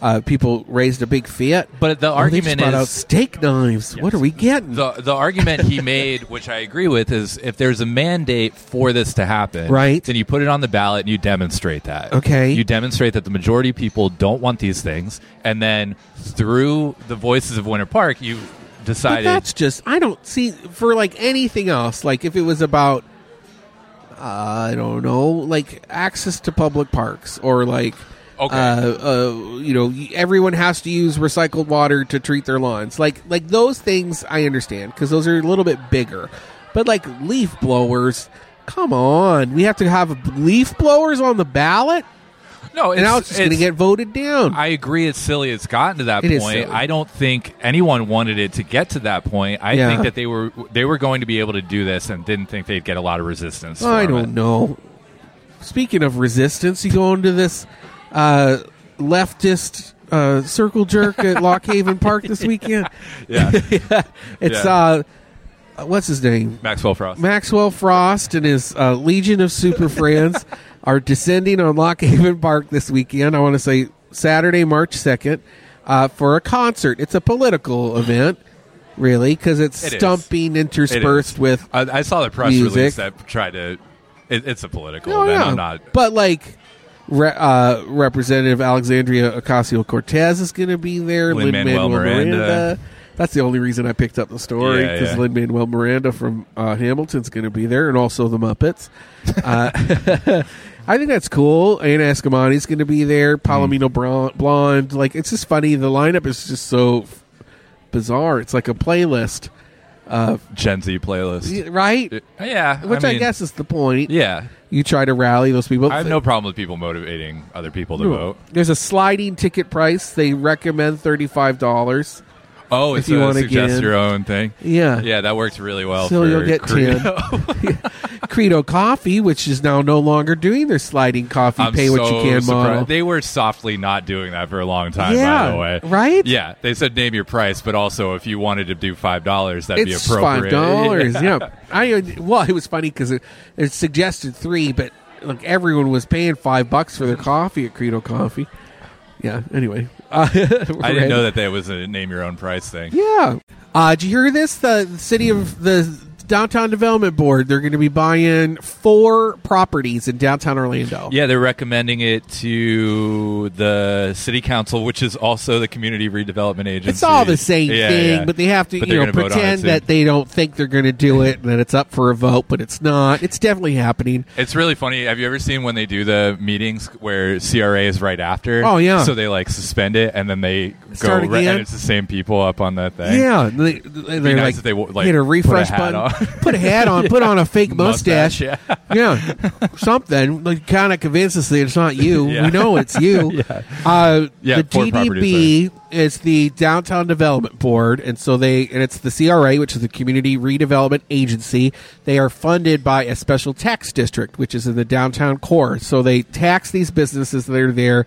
Speaker 1: uh, people raised a big fiat.
Speaker 3: But the
Speaker 1: Oh, they just
Speaker 3: argument
Speaker 1: brought
Speaker 3: is
Speaker 1: out steak knives. What are we getting?
Speaker 3: the the argument he made, which I agree with, is if there's a mandate for this to happen,
Speaker 1: Right.
Speaker 3: Then you put it on the ballot and you demonstrate that.
Speaker 1: Okay.
Speaker 3: you demonstrate that the majority of people don't want these things, and then through the voices of Winter Park, you
Speaker 1: But
Speaker 3: decided.
Speaker 1: that's just I don't see for like anything else. Like if it was about uh, I don't know, like access to public parks or like
Speaker 3: Okay.
Speaker 1: uh, uh, you know, everyone has to use recycled water to treat their lawns. Like like those things I understand because those are a little bit bigger. But like leaf blowers, come on, we have to have leaf blowers on the ballot,
Speaker 3: no, it's,
Speaker 1: and now it's just going to
Speaker 3: it's-
Speaker 1: get voted down.
Speaker 3: I agree. It's silly. It's gotten to that
Speaker 1: It is silly.
Speaker 3: point. I don't think anyone wanted it to get to that point. I
Speaker 1: Yeah.
Speaker 3: think that they were they were going to be able to do this and didn't think they'd get a lot of resistance.
Speaker 1: I
Speaker 3: from
Speaker 1: don't
Speaker 3: it.
Speaker 1: know. Speaking of resistance, you go into this uh, leftist uh, circle jerk at Lock Haven Park this weekend.
Speaker 3: Yeah,
Speaker 1: It's uh, what's his name?
Speaker 3: Maxwell Frost.
Speaker 1: Maxwell Frost and his uh, legion of super friends are descending on Lock Haven Park this weekend. I want to say Saturday, March second, uh, for a concert. It's a political event, really, because it's
Speaker 3: It is.
Speaker 1: stumping interspersed with
Speaker 3: I, I saw the press
Speaker 1: Music. Oh,
Speaker 3: release that tried to. It, it's a political
Speaker 1: No,
Speaker 3: event.
Speaker 1: no.
Speaker 3: Oh, I'm not.
Speaker 1: But like, re- uh, Representative Alexandria Ocasio Cortez is going to be there. Lin Manuel
Speaker 3: Lin-Manuel
Speaker 1: Miranda.
Speaker 3: Miranda.
Speaker 1: That's the only reason I picked up the story
Speaker 3: Yeah,
Speaker 1: because
Speaker 3: yeah.
Speaker 1: Lin Manuel Miranda from uh, Hamilton's going to be there, and also the Muppets. Uh, I think that's cool. Anne Ascomani's going to be there.
Speaker 3: Hmm.
Speaker 1: Palomino Bron- Blonde. Like, it's just funny. The lineup is just so f- bizarre. It's like a playlist,
Speaker 3: Gen Z playlist.
Speaker 1: right?
Speaker 3: Yeah,
Speaker 1: Which I,
Speaker 3: mean,
Speaker 1: guess is the point.
Speaker 3: Yeah,
Speaker 1: You try to rally those people.
Speaker 3: I have no problem with people motivating other people to vote.
Speaker 1: There's a sliding ticket price. They recommend thirty-five dollars.
Speaker 3: Oh, it's
Speaker 1: If you
Speaker 3: a
Speaker 1: wanna
Speaker 3: suggest
Speaker 1: get in.
Speaker 3: your own thing.
Speaker 1: Yeah.
Speaker 3: yeah, that works really well.
Speaker 1: So
Speaker 3: for
Speaker 1: you'll get
Speaker 3: Korea.
Speaker 1: 10. Credo Coffee, which is now no longer doing their sliding coffee
Speaker 3: I'm
Speaker 1: pay
Speaker 3: so
Speaker 1: what you can
Speaker 3: surprised.
Speaker 1: model.
Speaker 3: They were softly not doing that for a long time.
Speaker 1: Yeah,
Speaker 3: by the way,
Speaker 1: right?
Speaker 3: Yeah, they said name your price, but also if you wanted to do five dollars, that'd be
Speaker 1: it's five
Speaker 3: appropriate.
Speaker 1: dollars. Yeah. I uh, well, it was funny because it, it suggested three, but look, everyone was paying five bucks for their coffee at Credo Coffee. Yeah. Anyway, I
Speaker 3: I didn't know that there was a name your own price thing.
Speaker 1: Yeah. Uh, did you hear this? The the city of the downtown development board, they're going to be buying four properties in downtown Orlando.
Speaker 3: Yeah, they're recommending it to the city council, which is also the community redevelopment agency.
Speaker 1: It's all the same
Speaker 3: Yeah,
Speaker 1: thing,
Speaker 3: yeah.
Speaker 1: but they have to,
Speaker 3: But
Speaker 1: you
Speaker 3: they're
Speaker 1: know,
Speaker 3: gonna vote on it
Speaker 1: pretend
Speaker 3: soon.
Speaker 1: that they don't think they're going to do it and that it's up for a vote, but it's not. It's definitely happening.
Speaker 3: It's really funny. Have you ever seen when they do the meetings where CRA is right after?
Speaker 1: Oh, yeah.
Speaker 3: So they like suspend it and then they
Speaker 1: Start
Speaker 3: go re-
Speaker 1: again?
Speaker 3: and it's the same people up on that thing.
Speaker 1: Yeah, they, they're
Speaker 3: nice
Speaker 1: like,
Speaker 3: if they w- like,
Speaker 1: hit a
Speaker 3: put a
Speaker 1: refresh
Speaker 3: hat
Speaker 1: button,
Speaker 3: on.
Speaker 1: put a hat on, put on a fake mustache,
Speaker 3: Mustache,
Speaker 1: yeah, something like kind of convince us that it's not you.
Speaker 3: Yeah.
Speaker 1: We know it's you. Uh,
Speaker 3: Yeah,
Speaker 1: the
Speaker 3: poor
Speaker 1: GDB is the Downtown Development Board, and so they and it's the CRA, which is the Community Redevelopment Agency. They are funded by a special tax district, which is in the downtown core. So they tax these businesses that are there,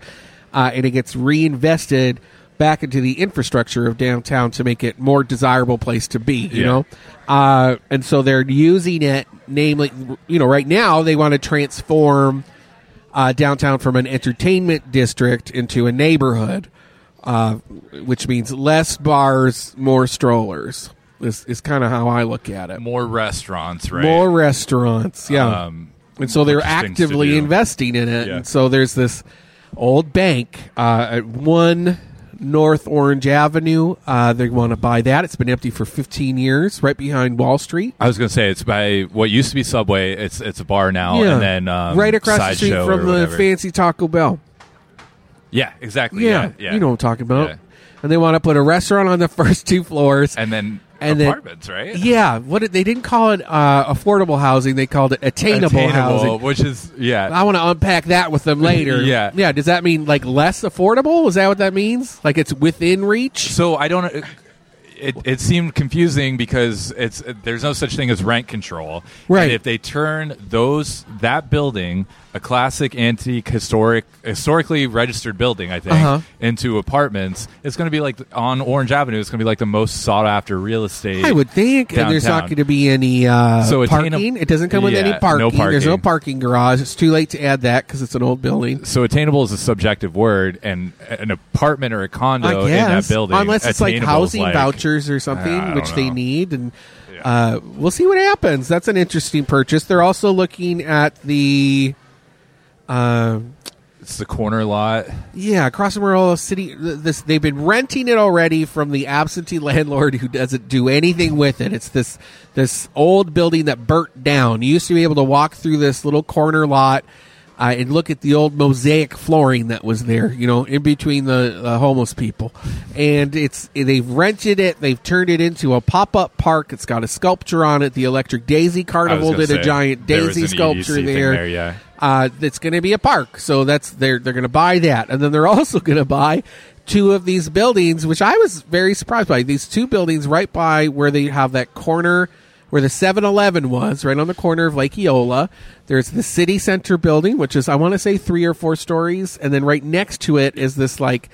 Speaker 1: uh, and it gets reinvested back into the infrastructure of downtown to make it more desirable place to be. You
Speaker 3: Yeah.
Speaker 1: know, uh, and so they're using it, namely, you know, right now they want to transform uh, downtown from an entertainment district into a neighborhood, uh, which means less bars, more strollers. Is is kind of how I look at it.
Speaker 3: More restaurants, right?
Speaker 1: More restaurants, yeah.
Speaker 3: Um,
Speaker 1: and so they're
Speaker 3: which things to
Speaker 1: actively
Speaker 3: do.
Speaker 1: investing in it.
Speaker 3: Yeah.
Speaker 1: And so there's this old bank uh, at one North Orange Avenue. Uh, they want to buy that. It's been empty for 15 years, right behind Wall Street.
Speaker 3: I was gonna say it's by what used to be Subway. It's it's a bar now, and then um,
Speaker 1: right across the street
Speaker 3: Sideshow
Speaker 1: from
Speaker 3: or
Speaker 1: the
Speaker 3: whatever.
Speaker 1: fancy Taco Bell.
Speaker 3: Yeah, exactly.
Speaker 1: Yeah,
Speaker 3: Yeah, yeah.
Speaker 1: you know what I'm talking about.
Speaker 3: Yeah.
Speaker 1: And they want to put a restaurant on the first two floors.
Speaker 3: And then
Speaker 1: And then-
Speaker 3: apartments, right?
Speaker 1: yeah, what did- they didn't call it uh, affordable housing; they called it attainable, housing.
Speaker 3: which is yeah.
Speaker 1: I want to unpack that with them later.
Speaker 3: Yeah.
Speaker 1: yeah. Does that mean like less affordable? Is that what that means? Like it's within reach?
Speaker 3: So I don't. uh, it, it seemed confusing because it's there's no such thing as rent control.
Speaker 1: Right.
Speaker 3: And if they turn those that building, a classic antique historic historically registered building, I think,
Speaker 1: Uh-huh.
Speaker 3: into apartments, it's going to be like on Orange Avenue. It's going to be like the most sought after real estate.
Speaker 1: I would think, and there's not
Speaker 3: Downtown.
Speaker 1: going to be any uh,
Speaker 3: So attainab-
Speaker 1: parking. It doesn't come with any
Speaker 3: Yeah, no
Speaker 1: parking. There's no
Speaker 3: parking.
Speaker 1: parking garage. It's too late to add that because it's an old building.
Speaker 3: so attainable is a subjective word, and an apartment or a condo
Speaker 1: I
Speaker 3: in that
Speaker 1: guess,
Speaker 3: building,
Speaker 1: unless it's like
Speaker 3: attainable is
Speaker 1: housing
Speaker 3: like-
Speaker 1: vouchers or something,
Speaker 3: I don't
Speaker 1: which they
Speaker 3: know.
Speaker 1: need, and uh, we'll see what happens. That's an interesting purchase. They're also looking at the. Uh,
Speaker 3: It's the corner lot.
Speaker 1: yeah, across from Amarillo City, th- this they've been renting it already from the absentee landlord who doesn't do anything with it. It's this this old building that burnt down. You used to be able to walk through this little corner lot uh, and look at the old mosaic flooring that was there. You know, in between the, the homeless people, and it's they've rented it. They've turned it into a pop up park. It's got a sculpture on it. The Electric Daisy Carnival
Speaker 3: gonna
Speaker 1: did a
Speaker 3: say,
Speaker 1: giant
Speaker 3: there was
Speaker 1: daisy
Speaker 3: an
Speaker 1: sculpture
Speaker 3: EDC thing
Speaker 1: there.
Speaker 3: there, yeah.
Speaker 1: Uh, it's going to be a park, so that's they're they're going to buy that, and then they're also going to buy two of these buildings, which I was very surprised by. These two buildings right by where they have that corner where the 7-Eleven was, right on the corner of Lake Eola. There's the city center building, which is I want to say three or four stories, and then right next to it is this like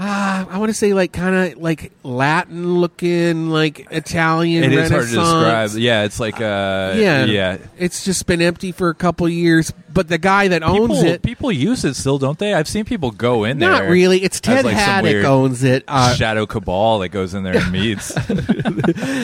Speaker 1: ah, I want to say like kind of like Latin looking, like Italian.
Speaker 3: It is hard to describe.
Speaker 1: Renaissance
Speaker 3: Yeah, it's like uh,
Speaker 1: yeah,
Speaker 3: yeah.
Speaker 1: It's just been empty for a couple years, but the guy that owns
Speaker 3: people,
Speaker 1: it,
Speaker 3: people use it still, don't they? I've seen people go in there.
Speaker 1: not really. It's
Speaker 3: as,
Speaker 1: Ted
Speaker 3: like, some
Speaker 1: Haddock
Speaker 3: weird
Speaker 1: owns it. Uh,
Speaker 3: Shadow cabal that goes in there and meets.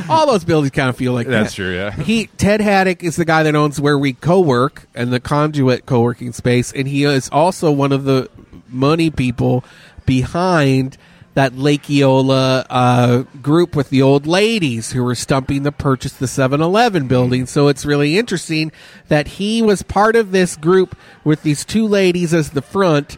Speaker 1: all those buildings kind of feel like
Speaker 3: That's
Speaker 1: that.
Speaker 3: true, yeah.
Speaker 1: He Ted Haddock is the guy that owns where we co-work and the conduit co-working space, and he is also one of the money people behind that Lake Eola uh, group with the old ladies who were stumping to purchase the 7-Eleven building. So it's really interesting that he was part of this group with these two ladies as the front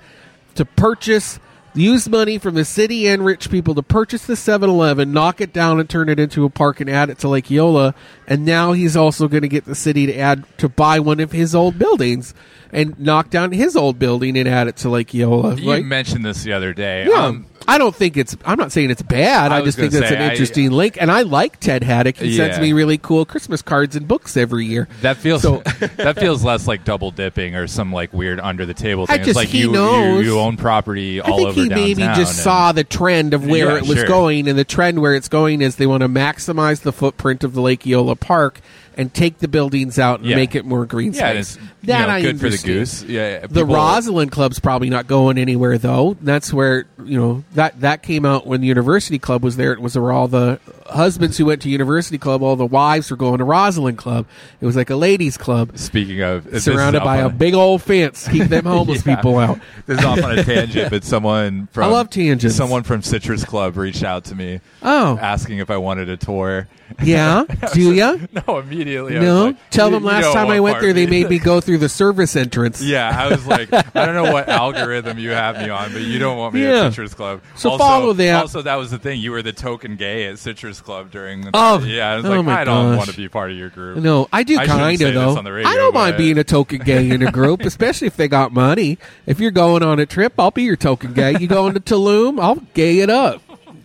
Speaker 1: to purchase use money from the city and rich people to purchase the 7-eleven knock it down and turn it into a park and add it to lake eola and now he's also going to get the city to add to buy one of his old buildings and knock down his old building and add it to lake eola
Speaker 3: you
Speaker 1: right
Speaker 3: mentioned this the other day.
Speaker 1: yeah.
Speaker 3: Um,
Speaker 1: I don't think it's. I'm not saying it's bad. I,
Speaker 3: I was
Speaker 1: just think
Speaker 3: gonna
Speaker 1: that's
Speaker 3: say,
Speaker 1: an
Speaker 3: I-
Speaker 1: interesting link, and I like Ted Haddock. He sends
Speaker 3: Yeah.
Speaker 1: me really cool Christmas cards and books every year.
Speaker 3: that feels
Speaker 1: So-
Speaker 3: that feels less like double dipping or some like weird under the table
Speaker 1: I
Speaker 3: thing.
Speaker 1: just-
Speaker 3: it's like
Speaker 1: he
Speaker 3: you,
Speaker 1: knows.
Speaker 3: you you own property all
Speaker 1: I think
Speaker 3: over
Speaker 1: he maybe
Speaker 3: downtown
Speaker 1: just
Speaker 3: and-
Speaker 1: saw the trend of where
Speaker 3: Yeah,
Speaker 1: it was
Speaker 3: sure.
Speaker 1: going, and the trend where it's going is they want to maximize the footprint of the Lake Eola Park and take the buildings out and
Speaker 3: Yeah.
Speaker 1: make it more green space.
Speaker 3: Yeah, and it's you
Speaker 1: that
Speaker 3: know,
Speaker 1: I
Speaker 3: good for
Speaker 1: understand.
Speaker 3: the goose. Yeah,
Speaker 1: The
Speaker 3: people-
Speaker 1: Roslyn Club's probably not going anywhere though. That's where you know that that came out when the University Club was there. It was where all the husbands who went to University Club, all the wives were going to Roslyn Club. It was like a ladies' club
Speaker 3: Speaking of this is
Speaker 1: surrounded
Speaker 3: off
Speaker 1: by
Speaker 3: on
Speaker 1: a big old fence, to keep them homeless
Speaker 3: Yeah.
Speaker 1: people out.
Speaker 3: This is off on a tangent, but someone from
Speaker 1: I love tangents.
Speaker 3: Someone from Citrus Club reached out to me,
Speaker 1: Oh.
Speaker 3: asking if I wanted a tour.
Speaker 1: Yeah, do ya?
Speaker 3: No, immediately. I was
Speaker 1: No,
Speaker 3: like,
Speaker 1: tell
Speaker 3: "You-
Speaker 1: them
Speaker 3: you
Speaker 1: last
Speaker 3: don't
Speaker 1: time I
Speaker 3: want
Speaker 1: went there, they
Speaker 3: Barbie."
Speaker 1: made me go through the service entrance.
Speaker 3: Yeah, I was like, I don't know what algorithm you have me on, but you don't want me
Speaker 1: Yeah.
Speaker 3: at Citrus Club.
Speaker 1: So
Speaker 3: also,
Speaker 1: follow that.
Speaker 3: Also, that was the thing. You were the token gay at Citrus Club during. The,
Speaker 1: Oh,
Speaker 3: yeah, I was
Speaker 1: oh
Speaker 3: like,
Speaker 1: my
Speaker 3: I don't
Speaker 1: gosh.
Speaker 3: want to be part of your group.
Speaker 1: No, I do
Speaker 3: I shouldn't
Speaker 1: kind
Speaker 3: say
Speaker 1: of
Speaker 3: this
Speaker 1: though.
Speaker 3: on the radio,
Speaker 1: I don't mind
Speaker 3: but-
Speaker 1: being a token gay in a group, especially if they got money. If you're going on a trip, I'll be your token gay. You going to Tulum? I'll gay it up.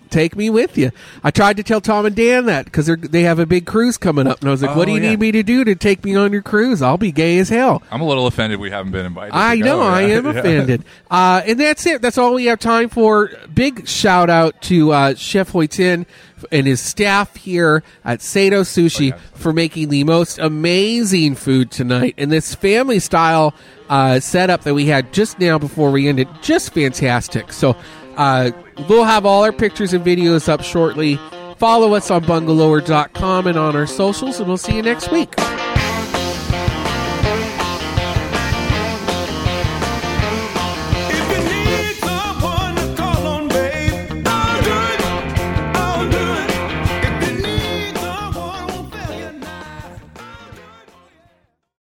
Speaker 1: Take me with you. I tried to tell Tom and Dan that because they have a big cruise coming up, and I was like, "What do
Speaker 3: Oh,
Speaker 1: you
Speaker 3: yeah.
Speaker 1: need me to do to take me on your cruise? I'll be gay as hell."
Speaker 3: I'm a little offended we haven't been invited. to
Speaker 1: I
Speaker 3: go.
Speaker 1: know, I
Speaker 3: Yeah.
Speaker 1: am offended. Uh, and that's it. That's all we have time for. Big shout out to uh, Chef Hoitin and his staff here at Sato
Speaker 3: Oh,
Speaker 1: Sushi for making the most amazing food tonight. And this family style uh, setup that we had just now before we ended, just fantastic. So uh, we'll have all our pictures and videos up shortly. Follow us on bungalower.com and on our socials, and we'll see you next week.